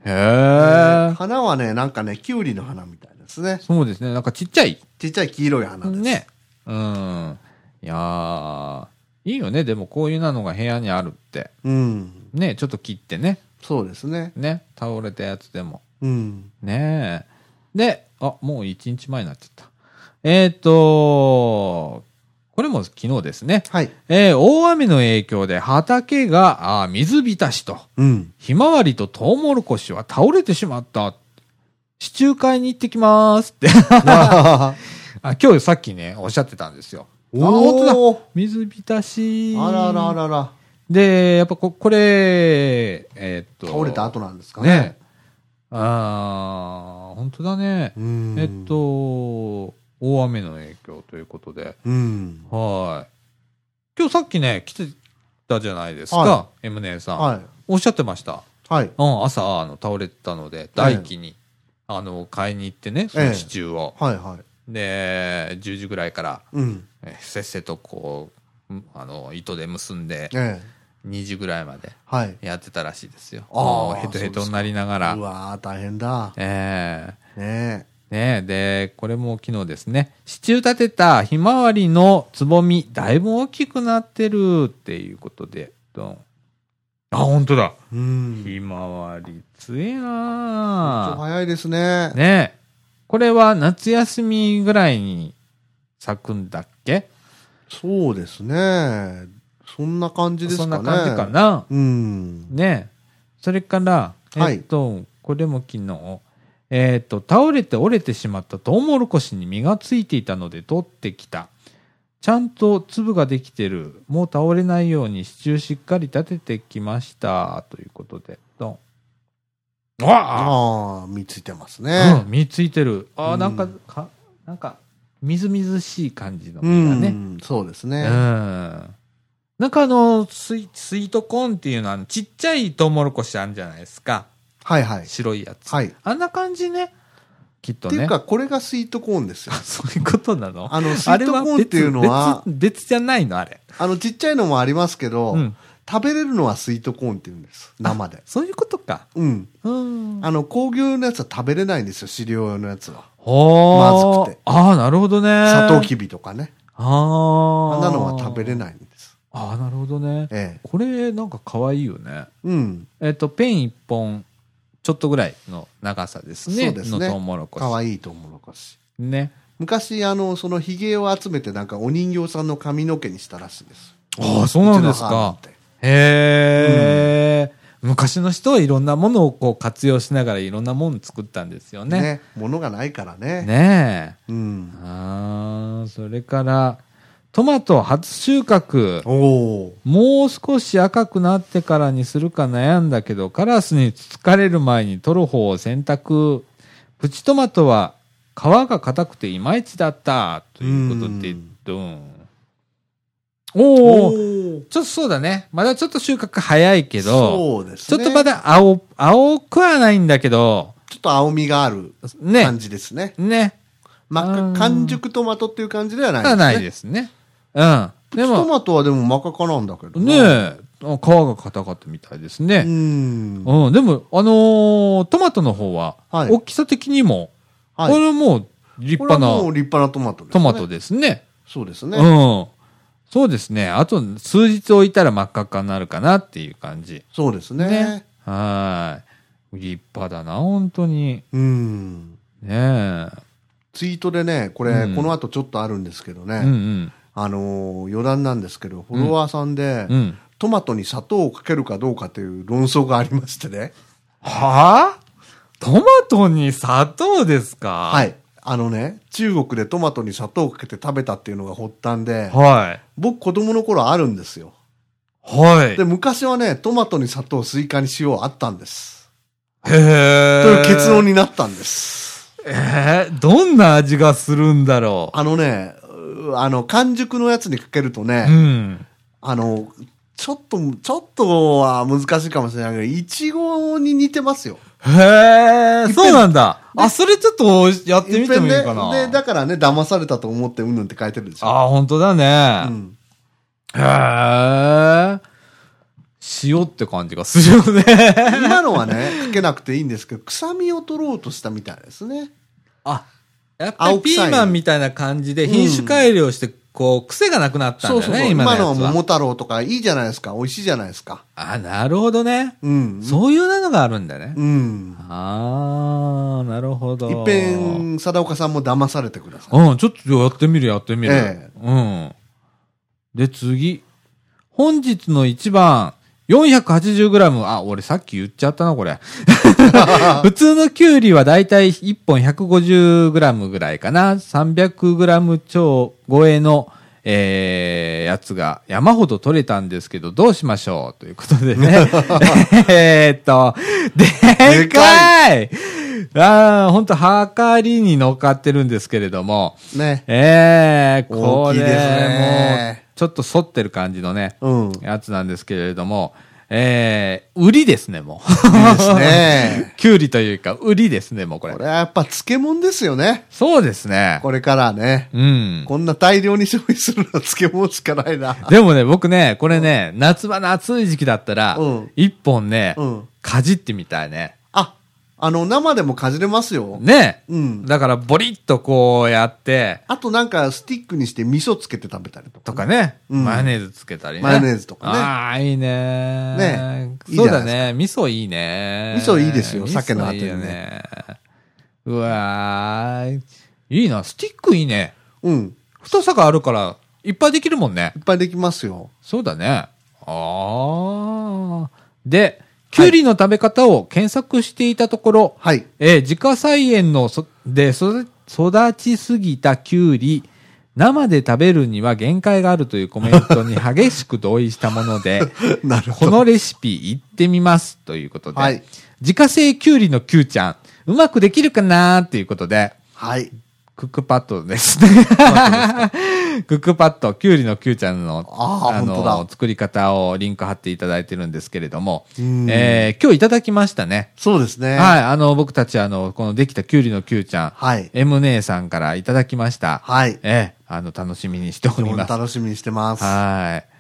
S1: え。
S2: 花はね、なんかね、キュウリの花みたいですね。
S1: そうですね。なんかちっちゃい。
S2: ちっちゃい黄色い花です。
S1: ね。うん。いやー。いいよね。でもこういうなのが部屋にあるって。
S2: うん。
S1: ね、ちょっと切ってね。
S2: そうですね。
S1: ね。倒れたやつでも。
S2: うん。
S1: ねえ。で、あ、もう一日前になっちゃった。えーっ、と、これも昨日ですね。
S2: はい。
S1: えー大雨の影響で畑があー水浸しと、
S2: うん。
S1: ひまわりとトウモロコシは倒れてしまった。地中海に行ってきますって。
S2: あ
S1: あ今日さっきね、おっしゃってたんですよ。あ、本当だ。
S2: おー
S1: 水浸し。
S2: あらあらあらあら。
S1: で、やっぱこ、これ、えーっと。
S2: 倒れた後なんですかね。
S1: ね。ああ、本当だね。
S2: うん。
S1: えっ。と、大雨の影響ということで。
S2: うん。
S1: はい。今日さっきね、来てたじゃないですか、
S2: は
S1: M 姉さん、
S2: は
S1: おっしゃってました。
S2: い。はい。
S1: うん、朝、あの、倒れてたので、大輝に、あの、買いに行ってね、その支柱を。
S2: はいはい。
S1: で、10時ぐらいから、
S2: うん。
S1: えせっせとこう、うんあの、糸で結んで、
S2: ええ。
S1: 2時ぐらいまで
S2: はい。
S1: やってたらしいですよ。
S2: あー
S1: もうヘトヘトになりながら
S2: う。わー、大変だ。
S1: ええ
S2: ね
S1: ねえ、で、これも昨日ですね。支柱立てたひまわりのつぼみ、だいぶ大きくなってるっていうことで、どん。あ、本当だ。
S2: え。うん。
S1: ひまわり、つえ
S2: ちょ
S1: な
S2: 早いですね。
S1: ねえ。これは夏休みぐらいに咲くんだっけ
S2: そうですね。そんな感じです
S1: そ
S2: か
S1: ん
S2: ね。
S1: な感じか。な。
S2: うん。
S1: ねえ。それから、
S2: はい
S1: えっと、これも昨日、えっと、倒れて折れてしまったトウモロコシに実がついていたので取ってきた。ちゃんと粒ができてる。もう倒れないように支柱しっかり立ててきました。ということで、ドン。あ
S2: ああ、見ついてます
S1: あ、
S2: ね
S1: う。ん、実ついてる。ああ、
S2: うん
S1: なんか、か、なんか、みずみずしい感じの
S2: う
S1: 実が
S2: ん。
S1: ね。
S2: そうです
S1: うん。
S2: ね。
S1: なんかあの、スイスイートコーンっていうのは、あのちっちゃいトウモロコシあるじゃないですか。
S2: はいはい。
S1: 白いやつ。
S2: はい。っ
S1: あんな感じね。きっと
S2: てい
S1: ね
S2: う。か、これがスイートコーンですよ
S1: あ。そういうことなの
S2: あの、スイートコーンっていうのは、
S1: 別別別じゃないのあれ。
S2: あの、ちっちゃいのもありますけど、
S1: うん。
S2: 食べれるのはスイートコーンっていうんです。生で。
S1: そういうことか。
S2: うん。
S1: うん。
S2: あの、工業用のやつは食べれないんですよ。飼料用のやつは。
S1: ほー
S2: まずくて
S1: ああ、なるほどね。
S2: サトウキビとかね。
S1: ああ。
S2: あんなのは食べれないんです。
S1: あああ、なるほどね。
S2: ええ。
S1: これ、なんか可愛いよね。
S2: うん。
S1: えっと、ペン一本、ちょっとぐらいの長さですね。
S2: そうですね
S1: のトウモロコシ。
S2: かわいいトウモロコシ。
S1: ね。
S2: 昔、あの、そのヒゲを集めて、なんかお人形さんの髪の毛にしたらしいです。
S1: ああ、そうなんですか
S2: うちの母なん。て
S1: へえ、昔の人はいろんなものをこう活用しながらいろんなもの作ったんですよ
S2: ね。
S1: ね。
S2: 物がないからね。
S1: ねねえ。
S2: うん。
S1: ああ、それから、トマト初収穫。
S2: おお
S1: もう少し赤くなってからにするか悩んだけど、カラスにつつかれる前に取る方を選択。プチトマトは皮が硬くていまいちだった。ということで、
S2: うん
S1: どん。おおちょ
S2: ー
S1: っとそうだね。まだちょっと収穫早いけど、
S2: そうです
S1: ちょ
S2: ね。
S1: っとまだ青、青くはないんだけど、
S2: ちょっと青みがある
S1: ね
S2: 感。じですね。
S1: ね。
S2: 真っ
S1: あー
S2: 赤、完熟トマトっていう感じではない
S1: はない
S2: すね。
S1: ですね。うん。で
S2: ト
S1: も、
S2: マトはでも真っ赤かなんだけど
S1: ね
S2: な。
S1: え、皮が硬かったみたいですね。
S2: うん。
S1: うん、でも、あのートマトの方は、
S2: はい
S1: 大きさ的にも、
S2: はい
S1: これはもう立派
S2: これはもう
S1: な
S2: 立派なトマトですね。
S1: トマトですね。
S2: そうですね。
S1: うん。そうですね。あと数日置いたら真っ赤っかになるかなっていう感じ。
S2: そうですね。
S1: はーい。立派だな、本当に。
S2: うん。
S1: ね
S2: ツイートでね、これ、
S1: うん
S2: この後ちょっとあるんですけどね、
S1: え。うん
S2: あのー余談なんですけど、フォロワーさんで、
S1: うん。うん。
S2: トマトに砂糖をかけるかどうかという論争がありましてね。
S1: はぁトマトに砂糖ですか
S2: はい。あのね、中国でトマトに砂糖をかけて食べたっていうのが発端で、
S1: はい。
S2: 僕子供の頃あるんですよ。
S1: はい。
S2: で、昔はね、トマトに砂糖、スイカに塩あったんです。
S1: へえ。
S2: という結論になったんです。
S1: えー、どんな味がするんだろ
S2: あのね、うあの、完熟のやつにかけるとね、
S1: う。うん。
S2: あの、ちょっと、ちょっとは難しいかもしれないけど、いちごに似てますよ。
S1: へ
S2: いっぺ
S1: え、
S2: ん
S1: そうなんだ。あ、それちょっとやってみてもいい
S2: で
S1: かな。
S2: で、だからね、騙されたと思ってうんぬんって書いてるでしょ。
S1: ああ、本当だ
S2: う
S1: ね。
S2: ん。
S1: へえ。塩って感じがするよね。
S2: 今のはね、かけなくていいんですけど、臭みを取ろうとしたみたいですね。
S1: あ、やっぱり
S2: 青臭い
S1: ピーマンみたいな感じで
S2: うん
S1: 品種改良して、こう、癖がなくなったんだよね、今
S2: 今
S1: の
S2: のは
S1: やつ
S2: 桃
S1: は。
S2: 太郎とかいいじゃないですか。美味しいじゃないですか。
S1: あ、なるほどね。
S2: うん。
S1: そういうのがあるんだね。
S2: うん。
S1: ああ、なるほど。
S2: いっぺん、貞岡さんも騙されてください。
S1: うん、ちょっとやってみる、やってみる。
S2: え
S1: うん。で、次。本日の一番、480g。あ、俺さっき言っちゃったな、こ れ。普通のキュウリはだいたい1本 150g ぐらいかな。300g 超超えの、えー、やつが山ほど取れたんですけど、どうしましょうということで ね。えーっと、で
S2: で
S1: っ
S2: か
S1: かいああ、ほんと、はかりに乗っかってるんですけれども、
S2: ね。
S1: ええこ
S2: 大きい
S1: れ、
S2: ですね
S1: もう、ちょっと反ってる感じのね、
S2: うん。いい
S1: やつなんですけれども、ええ売りですね、も
S2: ですね。
S1: う。 きゅうりというか、売りですね、もうこれ
S2: こ。れはやっぱ漬物ですよね。
S1: そうですね。
S2: これからね。
S1: うん。
S2: こんな大量に消費するのは漬物しかないな。
S1: でもね、僕ね、これね、夏場の暑い時期だったら
S2: うん、
S1: 一本ね
S2: うん、
S1: かじってみたいね。
S2: あ、あの、生でもかじれますよ。
S1: ね。
S2: うん。
S1: だから、ボリッとこうやって、
S2: あとなんかスティックにして味噌つけて食べたりとか。
S1: とかね、
S2: うん
S1: マヨネーズつけたりね。
S2: マヨネーズとかね
S1: ああ、いいね。
S2: ねいいじ
S1: そ
S2: ゃ
S1: う
S2: ない
S1: だね。味噌いいね。
S2: 味噌いいですよ
S1: 味噌
S2: 鮭のあてに
S1: い
S2: ね
S1: いよね。うわーいいな。スティックいいね。
S2: うん。
S1: 太さがあるから、いっぱいできるもんね
S2: い。っぱいできますよ。
S1: そうだね。ああ。で、キュウリの食べ方を検索していたところ、
S2: はい。
S1: えー自家菜園のそでそ育ちすぎたキュウリ、生で食べるには限界があるというコメントに激しく同意したもので、
S2: なるほ
S1: こ
S2: ど。
S1: のレシピいってみますということで、
S2: はい
S1: 自家製キュウリのキュウちゃん、うまくできるかなーっていうことで、
S2: はい。
S1: クックパッドですね。 クックパッド、キュウリのキュウちゃんの、
S2: あー本当だ
S1: 作り方をリンク貼っていただいてるんですけれども、
S2: うん
S1: えー今日いただきましたね。
S2: そうですね。
S1: はい、あの、僕たち、あの、このできたキュウリのキュウちゃん、
S2: はい。
S1: M 姉さんからいただきました。
S2: はい。
S1: ええ、あの、楽しみにしてお
S2: 非常
S1: り
S2: に
S1: ます。
S2: 楽しみにしてます。
S1: はい。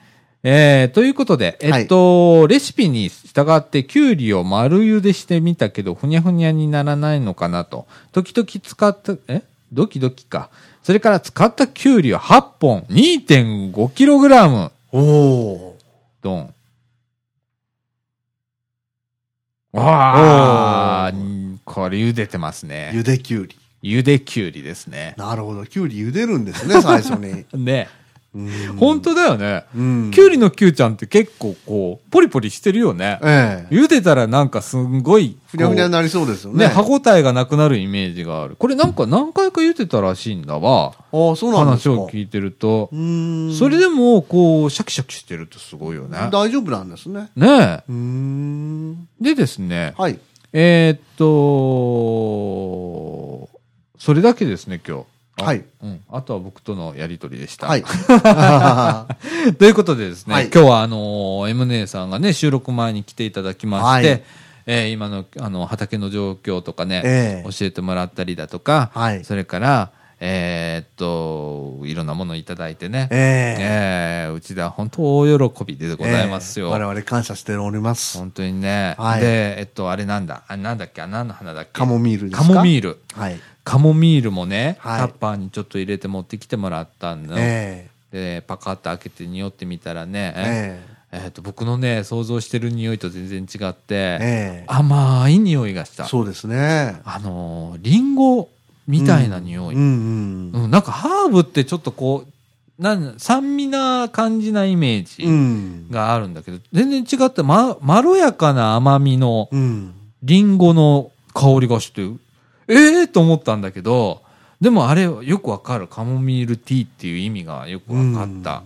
S1: えー、ということで、
S2: はい
S1: えっと、レシピに従って、キュウリを丸茹でしてみたけど、ふにゃふにゃにならないのかなと。時々使った、えドキドキか。それから使ったキュウリを8本、2.5kg
S2: おおお
S1: ドン。わあ、これ茹でてます
S2: ー。
S1: ね。
S2: 茹できゅうり。
S1: 茹できゅうりですね。
S2: なるほど。きゅうり茹でるんですね、最初 に。
S1: ね。
S2: うん
S1: 本当だよね。
S2: うん。
S1: きゅうりのきゅうちゃんって結構こう、ポリポリしてるよね。
S2: ええ。
S1: 茹でたらなんかすんごいこう、
S2: ふにゃふにゃになりそうですよね。
S1: ね、歯応えがなくなるイメージがある。これなんか何回か茹でたらしいんだわ。
S2: ああ、そうなんです
S1: 話
S2: か。
S1: を聞いてると
S2: う。ーん。
S1: それでも、こう、シャキシャキしてるとすごいよね。
S2: 大丈夫なんですね。
S1: ね
S2: うーん。
S1: え。でですね、
S2: はい。
S1: えーっと、それだけですね、今日。あ
S2: はい。
S1: うん。あとは僕とのやりとりでした。
S2: はい。は
S1: ということでですね、
S2: はい
S1: 今日はあのー、M 姉さんがね、収録前に来ていただきまして、
S2: はい
S1: えー今のあの畑の状況とかね、
S2: ええ
S1: 教えてもらったりだとか、
S2: はい
S1: それから、えーっと、いろんなものをいただいてね、
S2: え
S1: えーうちでは本当大喜びでご
S2: え
S1: ざいますよ。
S2: ええ我々感謝しております。
S1: 本当にね、
S2: はい
S1: で、えっと、あれなんだ、あなんだっけ、あ何の花だっけ。
S2: カモミールですか
S1: カモミール。
S2: はい。
S1: カモミールもね、
S2: はい
S1: タッパーにちょっと入れて持ってきてもらったんだ、
S2: え
S1: で、パカッと開けて匂ってみたらね、
S2: ええ
S1: えっと僕のね想像してる匂いと全然違って、
S2: ええ
S1: 甘い匂いがした
S2: えそうですね。
S1: あのーリンゴみたいな匂い、
S2: う
S1: うん
S2: んうん。
S1: なんかハーブってちょっとこうなん酸味な感じなイメー
S2: う
S1: ジ
S2: ん。
S1: があるんだけど、全然違って、ま、まろやかな甘みの
S2: うん。
S1: リンゴの香りがしてええと思ったんだけどでもあれよくわかるカモミールティーっていう意味がよくわかった、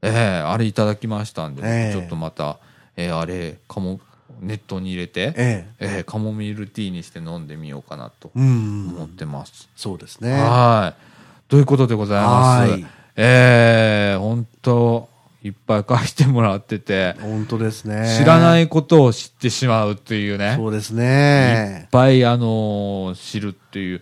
S1: ええあれいただきましたんで、
S2: ええ
S1: ちょっとまた、ええあれカモネットに入れて、え
S2: ええ
S1: えカモミールティーにして飲んでみようかなと
S2: うんう
S1: 思っ
S2: ん。
S1: てます、
S2: そうですね。
S1: はいということでございます
S2: はい
S1: ええ本当いっぱい書いてもらってて、
S2: 本当ですね。。
S1: 知らないいことを知ってしまうっていうね
S2: そうです
S1: いっ
S2: ね。
S1: ぱい、あのー知るっていう、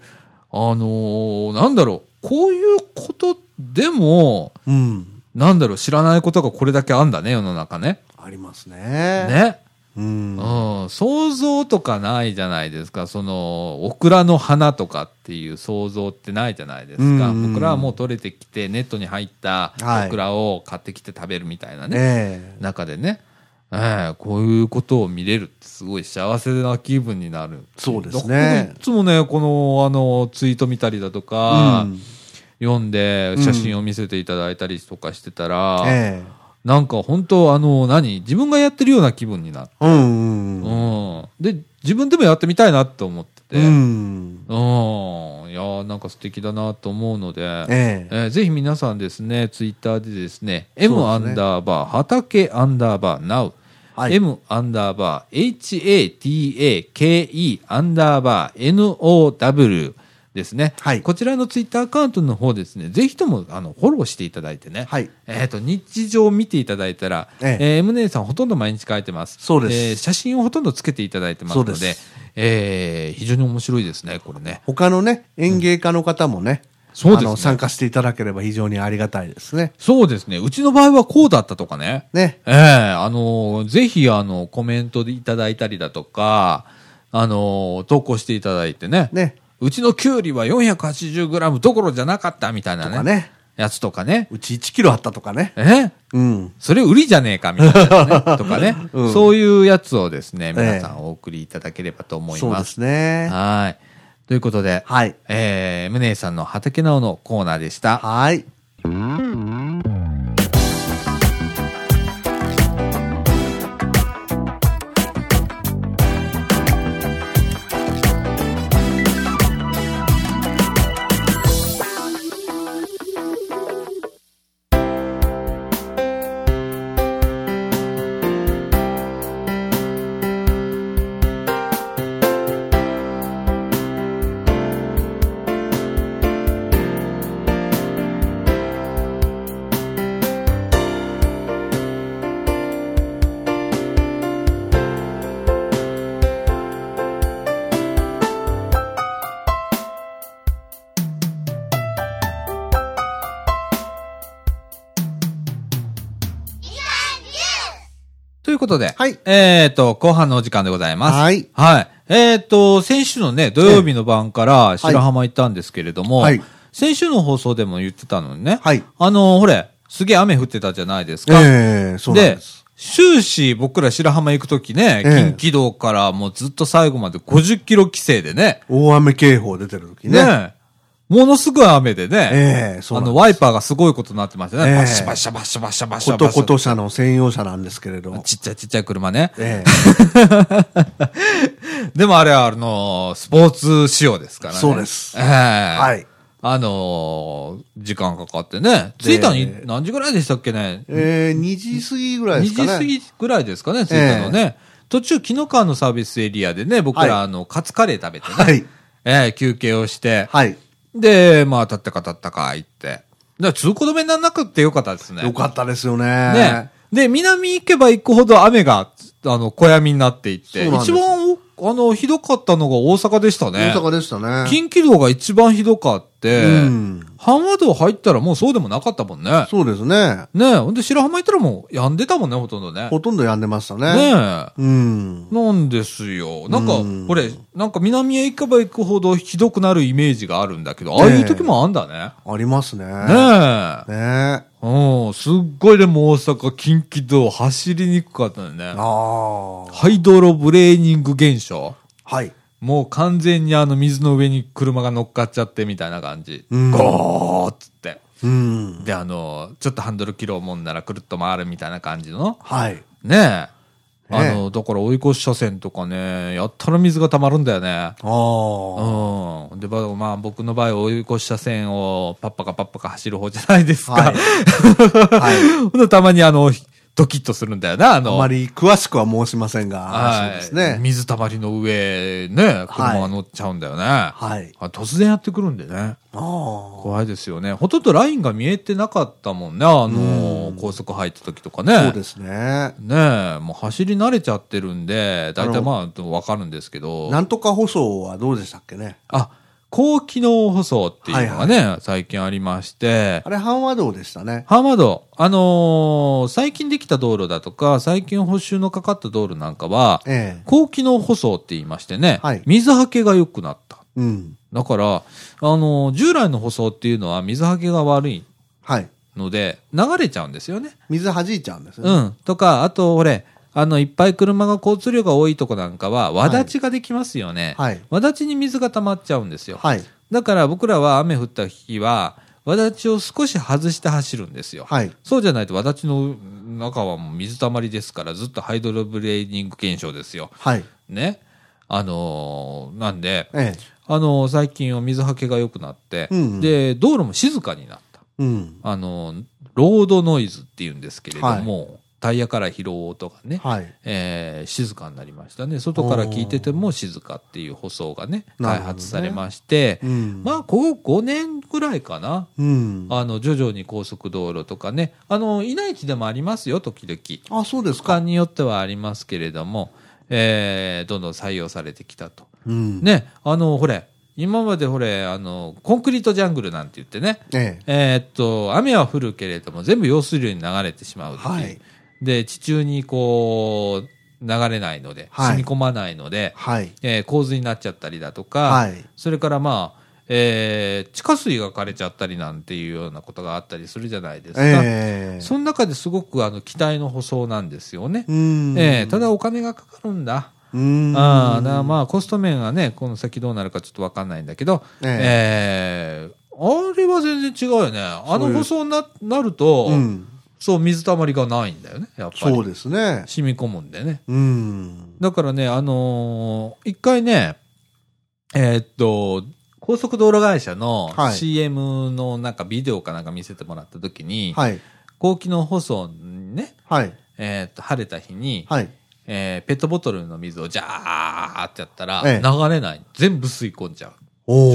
S1: あのーなんだろう、こういうことでも、
S2: うん。
S1: なんだろう、知らないことがこれだけあんだね、世の中ね。
S2: ありますね。。
S1: ね。
S2: うん。
S1: うん、想像とかないじゃないですか。その、オクラの花とかっていう想像ってないじゃないですか。
S2: うんうんうん
S1: 僕らはもう取れてきて、ネットに入った
S2: はい
S1: オクラを買ってきて食べるみたいなね。
S2: ええ
S1: 中でね、ええこういうことを見れるってすごい幸せな気分になる。
S2: そうですね
S1: 僕いつもね、この、あの、ツイート見たりだとか、
S2: うん
S1: 読んで写真を見せていただいたりとかしてたら、
S2: え
S1: なんか本当、あの、何自分がやってるような気分になる。
S2: えうん
S1: う
S2: うん
S1: ん。で、自分でもやってみたいなと思ってて、
S2: う
S1: うん。
S2: ん。
S1: いやーなんか素敵だなと思うので、
S2: ええ
S1: えーぜひ皆さんですね、ツイッターでですね、M ア
S2: そうですね
S1: ンダーバー、畑アンダーバー、now、
S2: はい
S1: M アンダーバー、HATAKE アンダーバー、NOW ですね。
S2: はい
S1: こちらのツイッターアカウントの方ですね、ぜひともあのフォローしていただいてね。
S2: はい
S1: えっ、と、日常を見ていただいたら、
S2: え
S1: え
S2: え
S1: ー M 姉さんほとんど毎日書いてます。
S2: そうです
S1: 写真をほとんどつけていただいてますので、
S2: そうです
S1: えー非常に面白いですね、これね。
S2: 他のね、園芸家の方もね、
S1: そうですね
S2: あの参加していただければ非常にありがたいですね。
S1: そうですね。うちの場合はこうだったとかね。
S2: ね。
S1: ええあのぜひ、あの、コメントでいただいたりだとか、あの投稿していただいてね。
S2: ね。
S1: うちのキュウリは 480g どころじゃなかったみたいな
S2: と
S1: ね。
S2: かね。
S1: やつとかね。
S2: うち1キロあったとかね。
S1: え
S2: うん。
S1: それ売りじゃねえかみたいな ね。とかね、
S2: うん
S1: そういうやつをですね、
S2: ええ
S1: 皆さんお送りいただければと思います。
S2: そうですね。
S1: はい。ということで、
S2: はい。
S1: えー、ムネさんの畑直のコーナーでした。
S2: はい。
S1: ということで、
S2: はい
S1: えっ、と、後半のお時間でございます。
S2: はい
S1: えっ、と、先週のね、土曜日の晩から白浜行ったんですけれども、
S2: はい
S1: 先週の放送でも言ってたのにね、
S2: はい
S1: あのほれ、すげえ雨降ってたじゃないですか。
S2: ええそうなん
S1: で
S2: です。
S1: 終始僕ら白浜行くときね、
S2: ええ
S1: 近畿道からもうずっと最後まで50キロ規制でね、
S2: 大雨警報出てる時ね。
S1: ね、ものすごい雨でね、
S2: ええそう
S1: あ
S2: なん
S1: の
S2: です。
S1: ワイパーがすごいことになってましたね。
S2: ええ
S1: バシャバシャバシャバシャバシャ
S2: こ
S1: バシャ
S2: とこと車の専用車なんですけれど。
S1: ちっちゃいちっちゃい車ね。
S2: え
S1: でもあれは、あの、スポーツ仕様ですからね。
S2: そうです
S1: ええ
S2: えはい。
S1: あのー時間かかってね。
S2: で
S1: 着いたのに何時ぐらいでしたっけね。
S2: ええ2時過ぎぐらい
S1: 2
S2: ですか
S1: 時
S2: ね。
S1: 過ぎぐらいですかね、着いたのね。途中、紀の川のサービスエリアでね、僕ら、
S2: は
S1: あの、カツカレー食べてね。
S2: はい。
S1: ええ休憩をして。
S2: はい。
S1: で、まあ、たったかたったか行って。だから通行止めにならなくってよかったですね。
S2: よかったですよね。
S1: ね。で、南行けば行くほど雨が、あの、小闇になっていって、
S2: そうなんです
S1: 一番お、あの、ひどかったのが大阪でしたね
S2: 大。阪でしたね。
S1: 近畿道が一番ひどかって、
S2: うん
S1: 浜和道入ったらもうそうでもなかったもんね。
S2: そうですね。
S1: ねえ、ほんで白浜行ったらもう病んでたもんね、ほとんどね。ね
S2: ほとんどやんでました
S1: え。
S2: ね。うん。
S1: なんですよ。なんか
S2: うん、
S1: これ、なんか南へ行けば行くほどひどくなるイメージがあるんだけど、ああいう時もあんだね。
S2: ありますね。
S1: ねえ。
S2: ねあ
S1: うん、すっごいでも大阪、近畿道走りにくかったよね。
S2: あ。
S1: ハイドロブレーニング現象
S2: はい。
S1: もう完全にあの水の上に車が乗っかっちゃってみたいな感じ。
S2: うん
S1: ゴーっつって。
S2: うん。
S1: で、あの、ちょっとハンドル切ろうもんならくるっと回るみたいな感じの。
S2: はい。
S1: ねえ。
S2: ねえ
S1: あの、だから追い越し車線とかね、やったら水が溜まるんだよね。
S2: ああ。
S1: うん。で、まあまあ僕の場合追い越し車線をパッパカパッパカ走る方じゃないですか。
S2: はいはい。
S1: ほんでたまにあの、ドキッとするんだよな、あの。
S2: あまり詳しくは申しませんが、そう
S1: は
S2: で
S1: い
S2: すね。
S1: 水たまりの上、ね、車が乗っちゃうんだよね。
S2: はい。
S1: あ突然やってくるんでね。
S2: あ
S1: 怖いですよね。ほとんどラインが見えてなかったもんね。あの、高速入った時とかね。
S2: あ。そうですね。
S1: ねえ、もう走り慣れちゃってるんで、大
S2: なる
S1: 体
S2: ほど
S1: まあ、わかるんですけど。
S2: なんとか舗装はどうでしたっけね。
S1: あ、高機能舗装っていうのがね、最近ありまして
S2: あ、れ、半和道でしたね。
S1: ハーマド、あのー最近できた道路だとか、最近補修のかかった道路なんかは、
S2: ええ。
S1: 高機能舗装って言いましてね、
S2: はい
S1: 水はけが良くなった。
S2: うん。
S1: だから、あのー従来の舗装っていうのは水はけが悪い
S2: はい。
S1: ので、流れちゃうんですよね。
S2: 水弾いちゃうんですね。
S1: うん。とか、あと、俺、あの、いっぱい車が交通量が多いとこなんかは、輪立ちができますよね。
S2: はい
S1: 輪立ちに水が溜まっちゃうんですよ。
S2: はい。
S1: だから僕らは雨降った日は、輪立ちを少し外して走るんですよ。
S2: はい。
S1: そうじゃないと、輪立ちの中はもう水溜まりですから、ずっとハイドロブレーニング現象ですよ。
S2: はい。
S1: ね。あのーなんで、
S2: ええ。
S1: あのー最近は水はけが良くなって、
S2: うんうん
S1: で、道路も静かになった。
S2: うん。
S1: あの、ロードノイズっていうんですけれども、タイヤから拾う音がね、
S2: はい。
S1: えー静かになりましたね。外から聞いてても静かっていう舗装がね、
S2: なるほどね
S1: 開発されまして、
S2: うん。
S1: まあ、ここ5年ぐらいかな。
S2: うん。
S1: あの、徐々に高速道路とかね、あの、いない地でもありますよ、時々。期
S2: あ、そうですか。
S1: 間によってはありますけれども、えーどんどん採用されてきたと。
S2: うん。
S1: ね、あの、ほれ、今までほれ、あの、コンクリートジャングルなんて言ってね、
S2: え
S1: えーっと、雨は降るけれども、全部用水路に流れてしまう
S2: え。
S1: っていう
S2: はい。
S1: で、地中にこう、流れないので、
S2: はい
S1: 染み込まないので、
S2: はい。
S1: えー洪水になっちゃったりだとか、
S2: はい
S1: それからまあ、えー地下水が枯れちゃったりなんていうようなことがあったりするじゃないですか。
S2: ええ。
S1: その中ですごくあの期待の舗装なんですよね。
S2: うん。
S1: えーただお金がかかるんだ。
S2: うん。
S1: ああだからまあコスト面はね、この先どうなるかちょっとわかんないんだけど、えーあれは全然違うよね。あの舗装にななると、
S2: うん。
S1: そう、水たまりがないんだよね、やっぱり。
S2: そうですね。
S1: 染み込むんでね。
S2: うん。
S1: だからね、あのー一回ね、えーっと、高速道路会社の
S2: はい
S1: CM のなんかビデオかなんか見せてもらった時に、
S2: はい。
S1: 高機能舗装にね、
S2: はい。
S1: えーっと、晴れた日に、
S2: はい。
S1: えーペットボトルの水をジャーってやったら、
S2: ええ
S1: 流れない。全部吸い込んじゃう。ジ
S2: お
S1: ョ
S2: ー。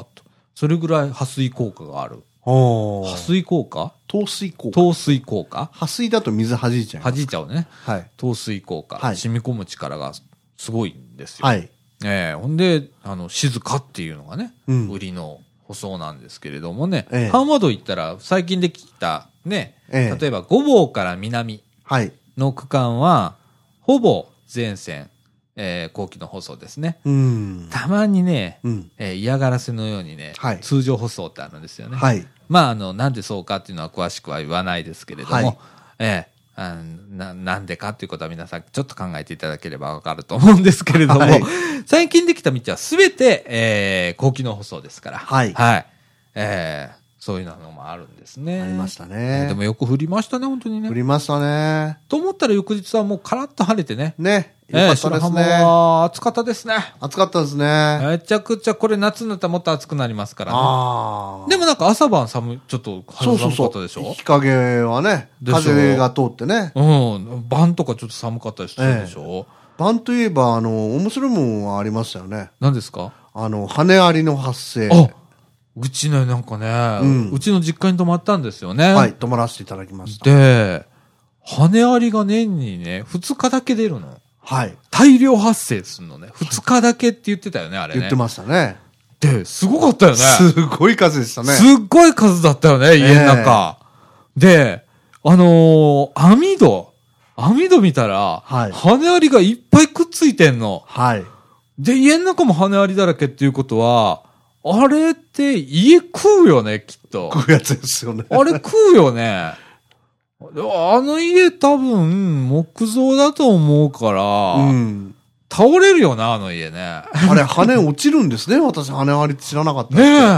S1: ーっと。それぐらい破水効果がある。
S2: お
S1: 破
S2: ー。
S1: 水効果
S2: 糖水効果。
S1: 透水効果
S2: 破水だと水弾いちゃいま
S1: 弾
S2: す。
S1: いちゃうね。
S2: はい。
S1: 透水効果、
S2: はい
S1: 染み込む力がすごいんですよ。
S2: はい。
S1: ええほんで、あの、静かっていうのがね、
S2: うん
S1: 売りの舗装なんですけれどもね、
S2: ええ
S1: ハーマド行ったら最近できたね、
S2: ええ
S1: 例えば五房から南
S2: はい。
S1: の区間は、ほぼ全線、ええー後期の放送ですね。
S2: うん。
S1: たまにね、
S2: うん。
S1: えー嫌がらせのようにね、
S2: はい
S1: 通常放送ってあるんですよね。
S2: はい。
S1: まあ、あの、なんでそうかっていうのは詳しくは言わないですけれども、
S2: はい
S1: ええあのな、なんでかっていうことは皆さんちょっと考えていただければわかると思うんですけれども、
S2: はい
S1: 最近できた道はすべて、えー、高機能舗装ですから、
S2: はい
S1: ええそういうのもあるんですね。
S2: ありました
S1: ええ
S2: ね。
S1: でもよく降りましたね、本当に
S2: 降
S1: ね。
S2: りましたね。
S1: と思ったら翌日はもうカラッと晴れてね。
S2: ね。よ
S1: ええ
S2: かった
S1: 白
S2: です
S1: 浜
S2: ね。
S1: は暑かったですね。
S2: 暑かったですね。
S1: めちゃくちゃこれ夏になったらもっと暑くなりますからね。
S2: ああ。
S1: でもなんか朝晩寒い、ちょっと
S2: そ
S1: 肌
S2: うそう
S1: 寒か
S2: そ
S1: った
S2: う。
S1: でしょ
S2: 日陰はね、
S1: でしょ
S2: 風が通ってね。
S1: うん。晩とかちょっと寒かったりしてるでしょ、
S2: 晩といえば、あの、面白いもんはありましたよね。
S1: 何ですか、
S2: あの、羽アリの発生。
S1: あうちのなんかね、う
S2: うん
S1: ちの実家に泊まったんですよね。
S2: はい、泊まらせていただきました。
S1: で、羽アリが年にね、2日だけ出るの。
S2: はい。
S1: 大量発生するのね。2日だけって言ってたよね、あれね。
S2: 言ってましたね。
S1: で、すごかったよね。
S2: すごい数でしたね。
S1: すっごい数だったよね、家の中。で、あのー網戸。網戸見たら、
S2: はい
S1: 羽アリがいっぱいくっついてんの。
S2: はい。
S1: で、家の中も羽ありだらけっていうことは、あれって家食うよね、きっと。
S2: こういうやつですよね。
S1: あれ食うよね。であの家多分木造だと思うから、
S2: うん。
S1: 倒れるよな、あの家ね。
S2: あれ、羽落ちるんですね。私、羽アリって知らなかったんで
S1: ね
S2: すけど。
S1: え。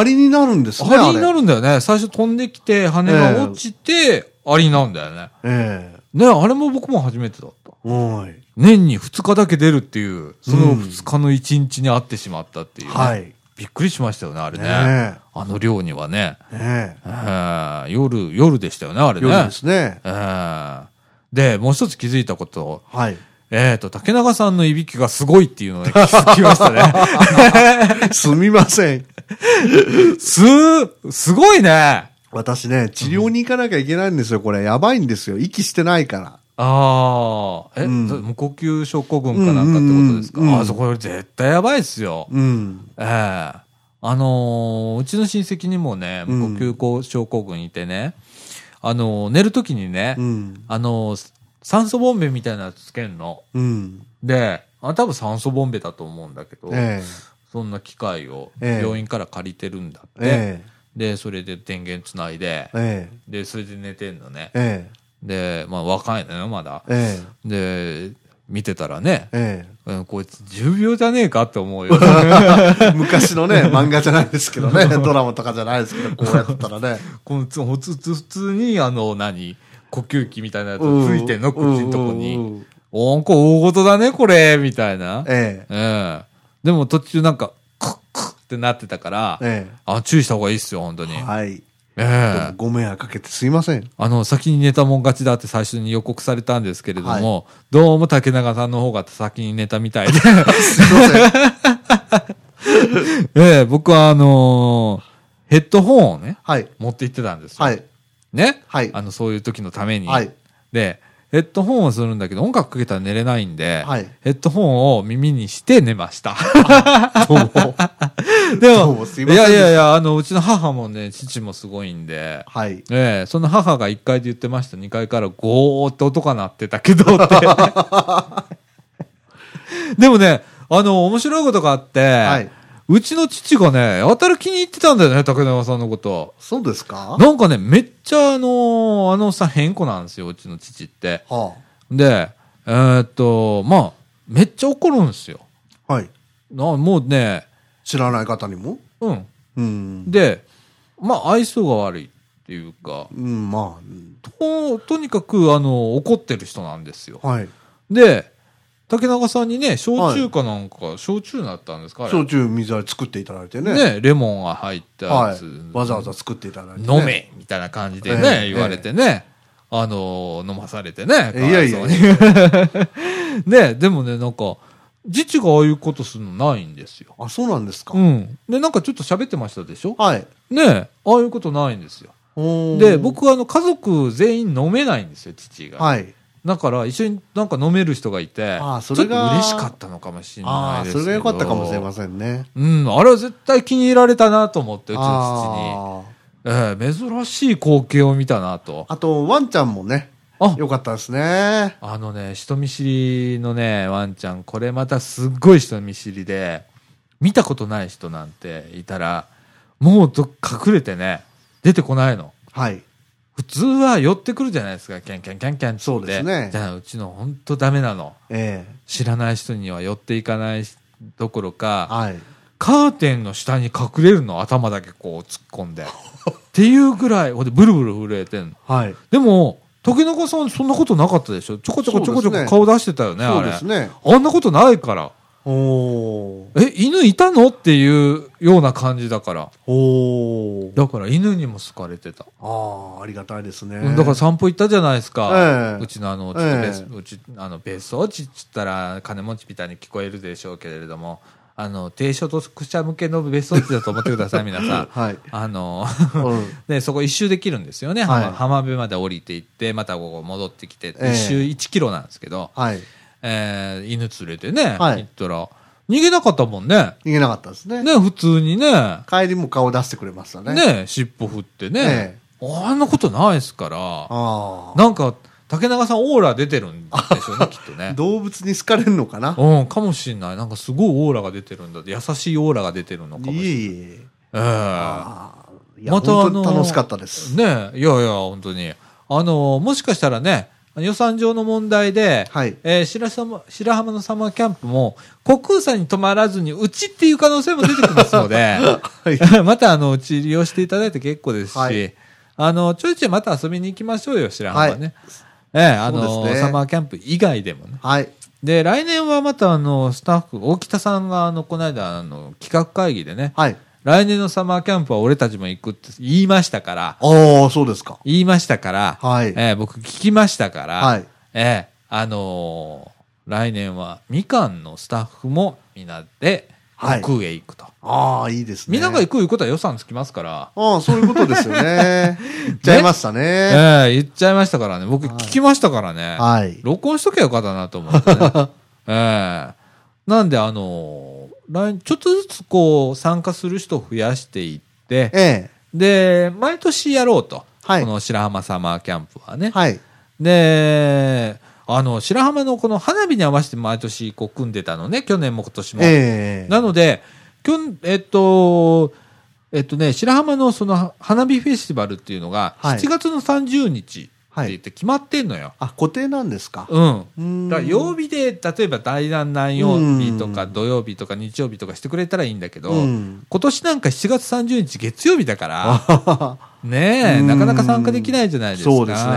S2: アリになるんですね。
S1: アリにな
S2: る。
S1: るんだよね。最初飛んできて、羽が落ちて、アリになるんだよね。
S2: ええ。
S1: ねえあれも僕も初めてだった。
S2: はい。
S1: 年に2日だけ出るっていう、その2日の1日に会ってしまったっていうね、
S2: はい。ね
S1: びっくりしましたよね、あれね。
S2: え。
S1: あの量にはね。
S2: ね
S1: えー夜、夜でしたよね、あれ
S2: え。
S1: ね。
S2: 夜ですね。
S1: えーで、もう一つ気づいたこと。
S2: はい。
S1: えっ、と、竹中さんのいびきがすごいっていうのをね気づきましたね。
S2: すみません。
S1: す、すごいね。
S2: 私ね、治療に行かなきゃいけないんですよ、これ。やばいんですよ。息してないから。
S1: ああ、え、
S2: うん
S1: 無呼吸症候群かなんかってことですか、
S2: うんうんうんうん
S1: あそこより絶対やばいっすよ。
S2: うん。
S1: ええあのーうちの親戚にもね、無呼吸症候群いてね、あのー寝るときにね、
S2: うん。
S1: あのー酸素ボンベみたいなやつつけんの。
S2: うん。
S1: で、あ多分酸素ボンベだと思うんだけど、
S2: ええ。
S1: そんな機械を
S2: ええ
S1: 病院から借りてるんだって。
S2: え
S1: で、それで電源つないで
S2: え。、え
S1: で、それで寝てんのね
S2: え。。え
S1: で、まあ若いのよ、まだ。
S2: え。え
S1: で、見てたらね
S2: え。、え
S1: うんこいつ10秒じゃねえかって思うよ。
S2: え。昔の ね、漫画じゃないですけどね、ドラマとかじゃないですけど、こうやったら ね。
S1: このつ普通普通に、あの、何呼吸器みたいなやつついてんの、口のとこ
S2: うん
S1: に。
S2: うんうん
S1: おんこ大事だね、これ、みたいな。
S2: ええ。
S1: ええ。でも途中なんか、クックッってなってたから、
S2: え
S1: あ注意した方がいいっすよ、本当に。
S2: え。はい。
S1: ええ
S2: どうもご迷惑かけてすいません。
S1: あの、先に寝たもん勝ちだって最初に予告されたんですけれども、どうも竹中さんの方が先に寝たみた いで、
S2: すいません。
S1: ええ僕はあのーヘッドホンをね、
S2: はい。
S1: 持って行ってたんですよ。
S2: はい。
S1: ね、
S2: はい
S1: あの、そういう時のために。
S2: はい
S1: で、ヘッドホンをするんだけど、音楽かけたら寝れないんで、
S2: はい
S1: ヘッドホンを耳にして寝ま した。
S2: どうも。
S1: で
S2: どう
S1: も
S2: もすいませ
S1: い
S2: んでし
S1: や
S2: た
S1: いやいや、あの、うちの母もね、父もすごいんで、
S2: はい。
S1: ええその母が1階で言ってました、2階からゴーって音が鳴ってたけど って。でもね、あの、面白いことがあって、
S2: はい。
S1: うちの父がね、やたら気に入ってたんだよね、竹中さんのこと。
S2: そうですか
S1: なんかね、めっちゃあのーあのさ、変子なんですよ、うちの父って。
S2: は
S1: で、えーっと、まあ、めっちゃ怒るんですよ。
S2: あ。はい。
S1: なもうね、
S2: 知らない方にも
S1: うん。
S2: うん。
S1: で、まあ、愛想が悪いっていうか、
S2: うん、ま
S1: と、とにかく、あの、怒ってる人なんですよ
S2: あ。。はい。
S1: で、竹中さんにね、焼酎かなんか、焼酎だったんですかあれ
S2: 焼酎水割り作っていただいてね。
S1: ね、レモンが入ったや
S2: は
S1: つ。
S2: い。わざわざ作っていただいて、ね。
S1: 飲めみたいな感じでね、
S2: ええ
S1: 言われてね、あのー飲まされてね、
S2: えいやいや
S1: かわそうに ね、でもね、なんか、父がああいうことするのないんですよ。
S2: あ、そうなんですか。
S1: うん。で、なんかちょっと喋ってましたでしょ
S2: はい。
S1: ねああいうことないんですよ。
S2: おー
S1: で、、僕はあの、家族全員飲めないんですよ、父が。
S2: はい。
S1: だから、一緒になんか飲める人がいて、
S2: ああ
S1: ちょ
S2: そ
S1: っと
S2: れが
S1: 嬉しかったのかもしれな
S2: あ
S1: い
S2: あ、
S1: です
S2: それが良かったかもしれま
S1: せん。
S2: せんね。
S1: うん、あれは絶対気に入られたなと思って、うちの父に。
S2: あ
S1: ええ珍しい光景を見たなと。
S2: ああと、ワンちゃんもね、
S1: あ
S2: よかったですね。
S1: あのね、人見知りのね、ワンちゃん、これまたすっごい人見知りで、見たことない人なんていたら、もうど隠れてね、出てこないの。
S2: はい。
S1: 普通は寄ってくるじゃないですか、キャンキャンキャンキャンって。
S2: そうですね
S1: じゃあ、うちのほんとダメなの。
S2: ええ
S1: 知らない人には寄っていかないどころか、
S2: はい。
S1: カーテンの下に隠れるの、頭だけこう突っ込 んで。っていうぐらい、ほんでブルブル震えてんの。
S2: はい。
S1: でも、時中さんそんなことなかったでしょちょこちょこちょこちょ
S2: そうです
S1: こ
S2: ね
S1: 顔出してたよね、
S2: そ
S1: あ
S2: う
S1: れ。
S2: ですね。
S1: あんなことないから。
S2: おー。
S1: え、犬いたのっていうような感じだから。
S2: おー。
S1: だから犬にも好かれてた。
S2: ああ、ありがたいですね。
S1: だから散歩行ったじゃないですか。
S2: ええ
S1: うちのあの、ちょっとベース
S2: ええ
S1: うち、あの、別荘地っつったら金持ちみたいに聞こえるでしょうけれども、あの、低所得者向けの別荘地だと思ってください、皆 さん。
S2: はい。
S1: あの、
S2: うん
S1: で、そこ一周できるんですよね。
S2: はい
S1: 浜浜辺まで降りて行って、またここ戻ってきて、
S2: ええ
S1: 一周1キロなんですけど、
S2: はい。
S1: えー犬連れてね、
S2: はい
S1: 行ったら、逃げなかったもんね。
S2: 逃げなかったですね。
S1: ね、普通にね、
S2: 帰りも顔出してくれましたね。
S1: ね、尻尾振ってね
S2: え、
S1: あんなことないですから、
S2: あ
S1: なんか、竹中さんオーラ出てるんでしょ うね、きっと
S2: あ。
S1: ね。
S2: 動物に好かれるのかな
S1: うん、かもしんない。なんかすごいオーラが出てるんだって、優しいオーラが出てるのかもし
S2: い
S1: れない。
S2: えいえ。
S1: ええ
S2: ああ。いや、本当に楽しかったです。
S1: ねえいやいや、本当に。あの、もしかしたらね、予算上の問題で、
S2: はい
S1: えー白浜白浜のサマーキャンプも、国空さんに泊まらずに、うちっていう可能性も出てきますので、
S2: は い。
S1: また、あの、うち利用していただいて結構ですし、
S2: はい
S1: あの、ちょいちょいまた遊びに行きましょうよ、白浜ね。ええあ
S2: そう
S1: の、
S2: ですね
S1: サマーキャンプ以外でもね。
S2: はい。
S1: で、来年はまた、あの、スタッフ、大北さんが、あの、この間、あの、企画会議でね、
S2: はい。
S1: 来年のサマーキャンプは俺たちも行くって言いましたから、
S2: ああ、そうですか。
S1: 言いましたから、
S2: はい。
S1: ええ僕聞きましたから、
S2: はい
S1: ええあのー来年はみかんのスタッフもみんなで
S2: はい
S1: 国へ行くと。
S2: ああ、いいですね。
S1: みんなが行くいうことは予算つきますから、
S2: ああ、そういうことですよ ね。言っちゃいました
S1: え
S2: ね。
S1: え言っちゃいましたからね。僕聞きましたからね。
S2: はい。
S1: 録音しとけばよかったなと思ってね。 ええなんであのー来ちょっとずつこう参加する人を増やしていって、
S2: ええ。
S1: で、毎年やろうと。
S2: はい
S1: この白浜サマーキャンプはね。
S2: はい。
S1: で、あの、白浜のこの花火に合わせて毎年こう組んでたのね、去年も今年も。
S2: ええ。
S1: なので、きょんえっと、えっとね、白浜のその花火フェスティバルっていうのが、
S2: はい
S1: 7月の30日って言って決まってんのよ。
S2: あ、固定なんですか。う
S1: う
S2: ー
S1: ん。
S2: ん
S1: だから曜日で、例えば第何何曜日とか
S2: うん
S1: 土曜日とか日曜日とかしてくれたらいいんだけど、
S2: うん
S1: 今年なんか7月30日月曜日だから、
S2: は
S1: ねえ、
S2: うん
S1: なかなか参加できないじゃないですか。
S2: そうですね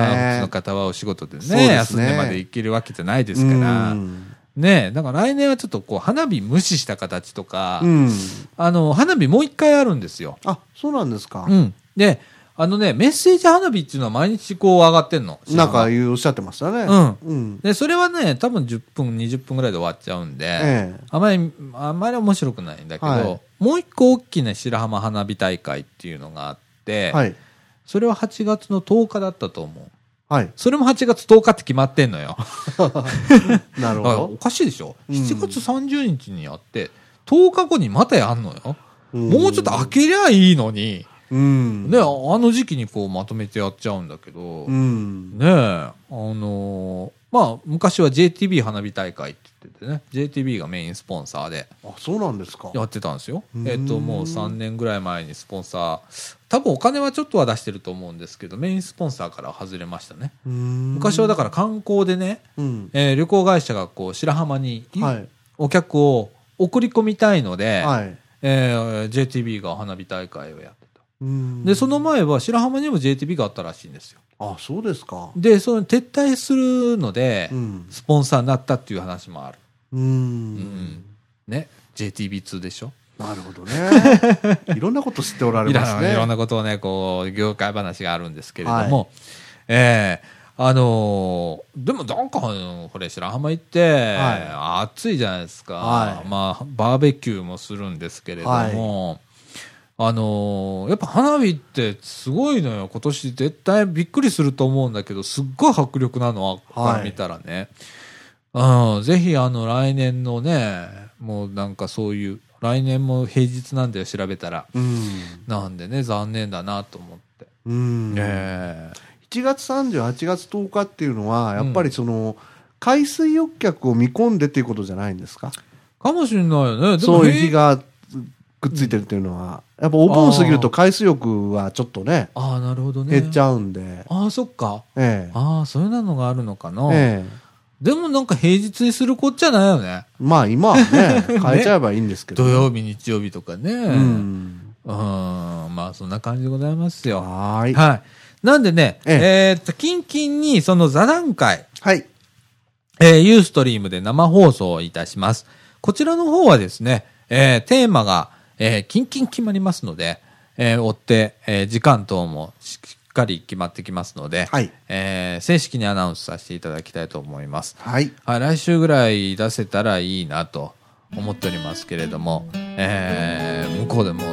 S1: うちの方はお仕事でね、
S2: そうですね
S1: 休んでまで行けるわけじゃ ないで
S2: です
S1: から。
S2: うん。
S1: ねえ、だから来年はちょっとこう、花火無視した形とか、
S2: うん
S1: あの、花火もう一回あるんですよ。
S2: あ、そうなんですか
S1: う。ん。で、あのね、メッセージ花火っていうのは毎日こう上がってんの。
S2: なんかいうおっしゃってましたね。
S1: う
S2: うん。
S1: で、それはね、多分10分、20分ぐらいで終わっちゃうんで、
S2: ええ
S1: あまり、あまり面白くないんだけど、
S2: はい
S1: もう一個大きな白浜花火大会っていうのがあって、
S2: はい。
S1: それは8月の10日だったと思う。
S2: はい。
S1: それも8月10日って決まってんのよ。
S2: な
S1: だ
S2: る
S1: から
S2: ほ
S1: おかしいでしょ、
S2: うん
S1: ?7 月30日にやって、10日後にまたやんのよ。
S2: ど。
S1: もうちょっと開けりゃいいのに、
S2: うん。
S1: ね、あの時期にこうまとめてやっちゃうんだけど、
S2: う
S1: ね
S2: ん。
S1: え、あのーまあ、昔は JTB 花火大会って言っててね、JTB がメインスポンサーで
S2: あ、そうなんですか。
S1: やってたんですよ
S2: う。ん
S1: えっ、と、もう3年ぐらい前にスポンサー、多分お金はちょっとは出してると思うんですけど、メインスポンサーから外れましたね。昔
S2: 昔
S1: はだから観光でね、
S2: うん。
S1: えー旅行会社がこう白浜に
S2: はい。
S1: お客を送り込みたいので、
S2: はい。
S1: えー JTB が花火大会をやってた。
S2: うん
S1: で、その前は白浜にも JTB があったらしいんですよ。
S2: あ、そうですか。
S1: で、その撤退するので
S2: う、ん。
S1: スポンサーになったっていう話もある。
S2: う
S1: うん
S2: ん。
S1: ね。JTB2 でしょ
S2: なるほ どね。いろんなこと知っておられ
S1: いろ
S2: ます
S1: んい
S2: ね。
S1: ろんなことをね、こう、業界話があるんですけれども、えーあのーでもなんか、あのこれ白浜行って、
S2: は
S1: 暑いじゃないですか、
S2: はい
S1: まあ、バーベキューもするんですけれども、あのーやっぱ花火ってすごいのよ。今年絶対びっくりすると思うんだけど、すっごい迫力なの、あっこから見たらね。うん、ぜひあの来年のね、もうなんかそういう、来年も平日なんだよ、調べたら。
S2: うん。
S1: なんでね、残念だなと思って。
S2: うん。
S1: ええ
S2: 行7月30、8月10日っていうのは、やっぱりその、海水浴客を見込んでっていうことじゃないんですか
S1: かもしれないよね。でも
S2: そういう
S1: 平
S2: 日がくっついてるっていうのは。やっぱお盆過ぎると海水浴はちょっとね、
S1: ああ、なるほどね。
S2: 減っちゃうんで。
S1: ああ、そっか。
S2: ええ。
S1: ああ、そういうのがあるのかな。
S2: ええ。
S1: でもなんか平日にするこっちゃないよね。
S2: まあ今 はね、変えちゃえばいいんですけど。
S1: 土曜日、日曜日とかね。う。
S2: うんん。
S1: まあそんな感じでございますよ。
S2: はーい。
S1: はい。なんでね、
S2: ええ
S1: えーっと、キンキンにその座談会、
S2: はい。
S1: えー、ユーストリームで生放送いたします。こちらの方はですね、えーテーマが、えー、キンキン決まりますので、えー追って、えー時間等もしっかり決まってきますので、
S2: はい
S1: えー正式にアナウンスさせていただきたいと思います。
S2: はい。
S1: はい、来週ぐらい出せたらいいなと思っておりますけれども、えー向こうでも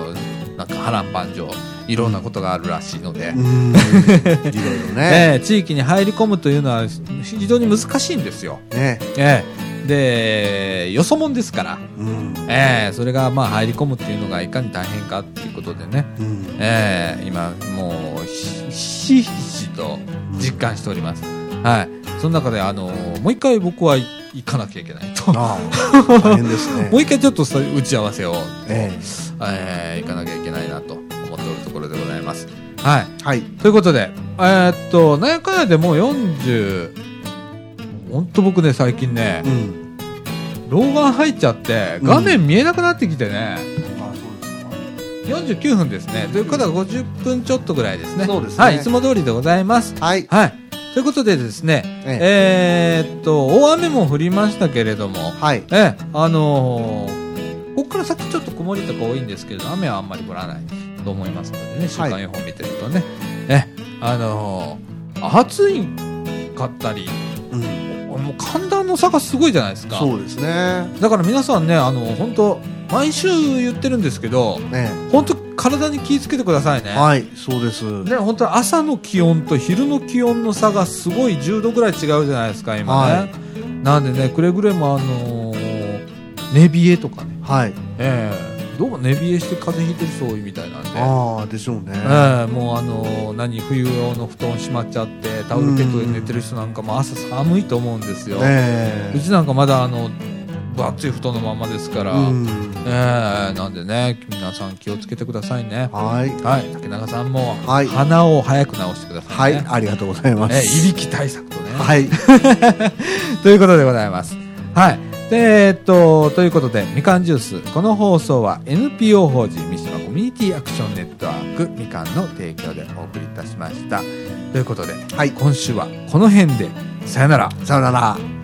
S1: なんか波乱万丈いろんなことがあるらしいので、
S2: うー ん。いろいろね。
S1: えー地域に入り込むというのは非常に難しいんですよ。
S2: ね。
S1: えーでよそもんですから、
S2: うん。
S1: えーそれがまあ入り込むっていうのがいかに大変かっていうことでね、
S2: うん。
S1: えー今もうひひしひしと実感しております。はい、その中で、あのーもう一回僕は行かなきゃいけないと。
S2: ああ、大変です ね。
S1: もう一回ちょっとそういう打ち合わせを、
S2: え
S1: えー行かなきゃいけないなと思っておるところでございます。はい。
S2: え。はい。
S1: ということで、えーっと、なんやかんやでもう40、ほんと僕ね、最近ね
S2: う、ん。
S1: 老眼入っちゃって、画面見えなくなってきてね、
S2: あそう
S1: 49分ですね。ということは50分ちょっとぐらいですね。
S2: そうですね
S1: はい、いつも通りでございます。
S2: ですか。はい。
S1: はい。ということでですね、
S2: ええ。
S1: えーっと、大雨も降りましたけれども、
S2: はい。
S1: ええ、あのーここから先ちょっと曇りとか多いんですけれど、雨はあんまり降らないと思いますのでね、週間予報見てるとね、ええ、あのー暑いかったり、
S2: うん。
S1: もう寒暖の差がすごいじゃないですか。
S2: そうですね。
S1: だから皆さんね、あの本当毎週言ってるんですけど、
S2: え
S1: 本当体に気をつけてくださいね。
S2: え。はい。そうです。
S1: ね、本当朝の気温と昼の気温の差がすごい10度ぐらい違うじゃないですか、今ね。
S2: は
S1: なんでね、くれぐれもあのー寝冷えとかね。
S2: はい。
S1: ええどうも寝冷えして風邪ひいてる人多いみたいなんで、え
S2: ああ、でしょうね。
S1: えもうあのー何冬用の布団閉まっちゃってタオルペットで寝てる人なんかも朝寒いと思うんですよ、
S2: え
S1: うちなんかまだあの分厚い布団のままですから、
S2: うん。
S1: ええなんでね皆さん気をつけてくださいね
S2: はい。
S1: はい竹中さんも
S2: はい
S1: 鼻を早く治してくださ
S2: はいい
S1: ね、。
S2: ありがとうございま
S1: ええい
S2: す。
S1: びき対策とね、
S2: はい。
S1: ということでございます。はい。で、えっと、ということで、みかんジュース、この放送は NPO 法人三島コミュニティアクションネットワークみかんの提供でお送りいたしました。ということで、
S2: はい。
S1: 今週はこの辺で、さよなら。
S2: さよなら。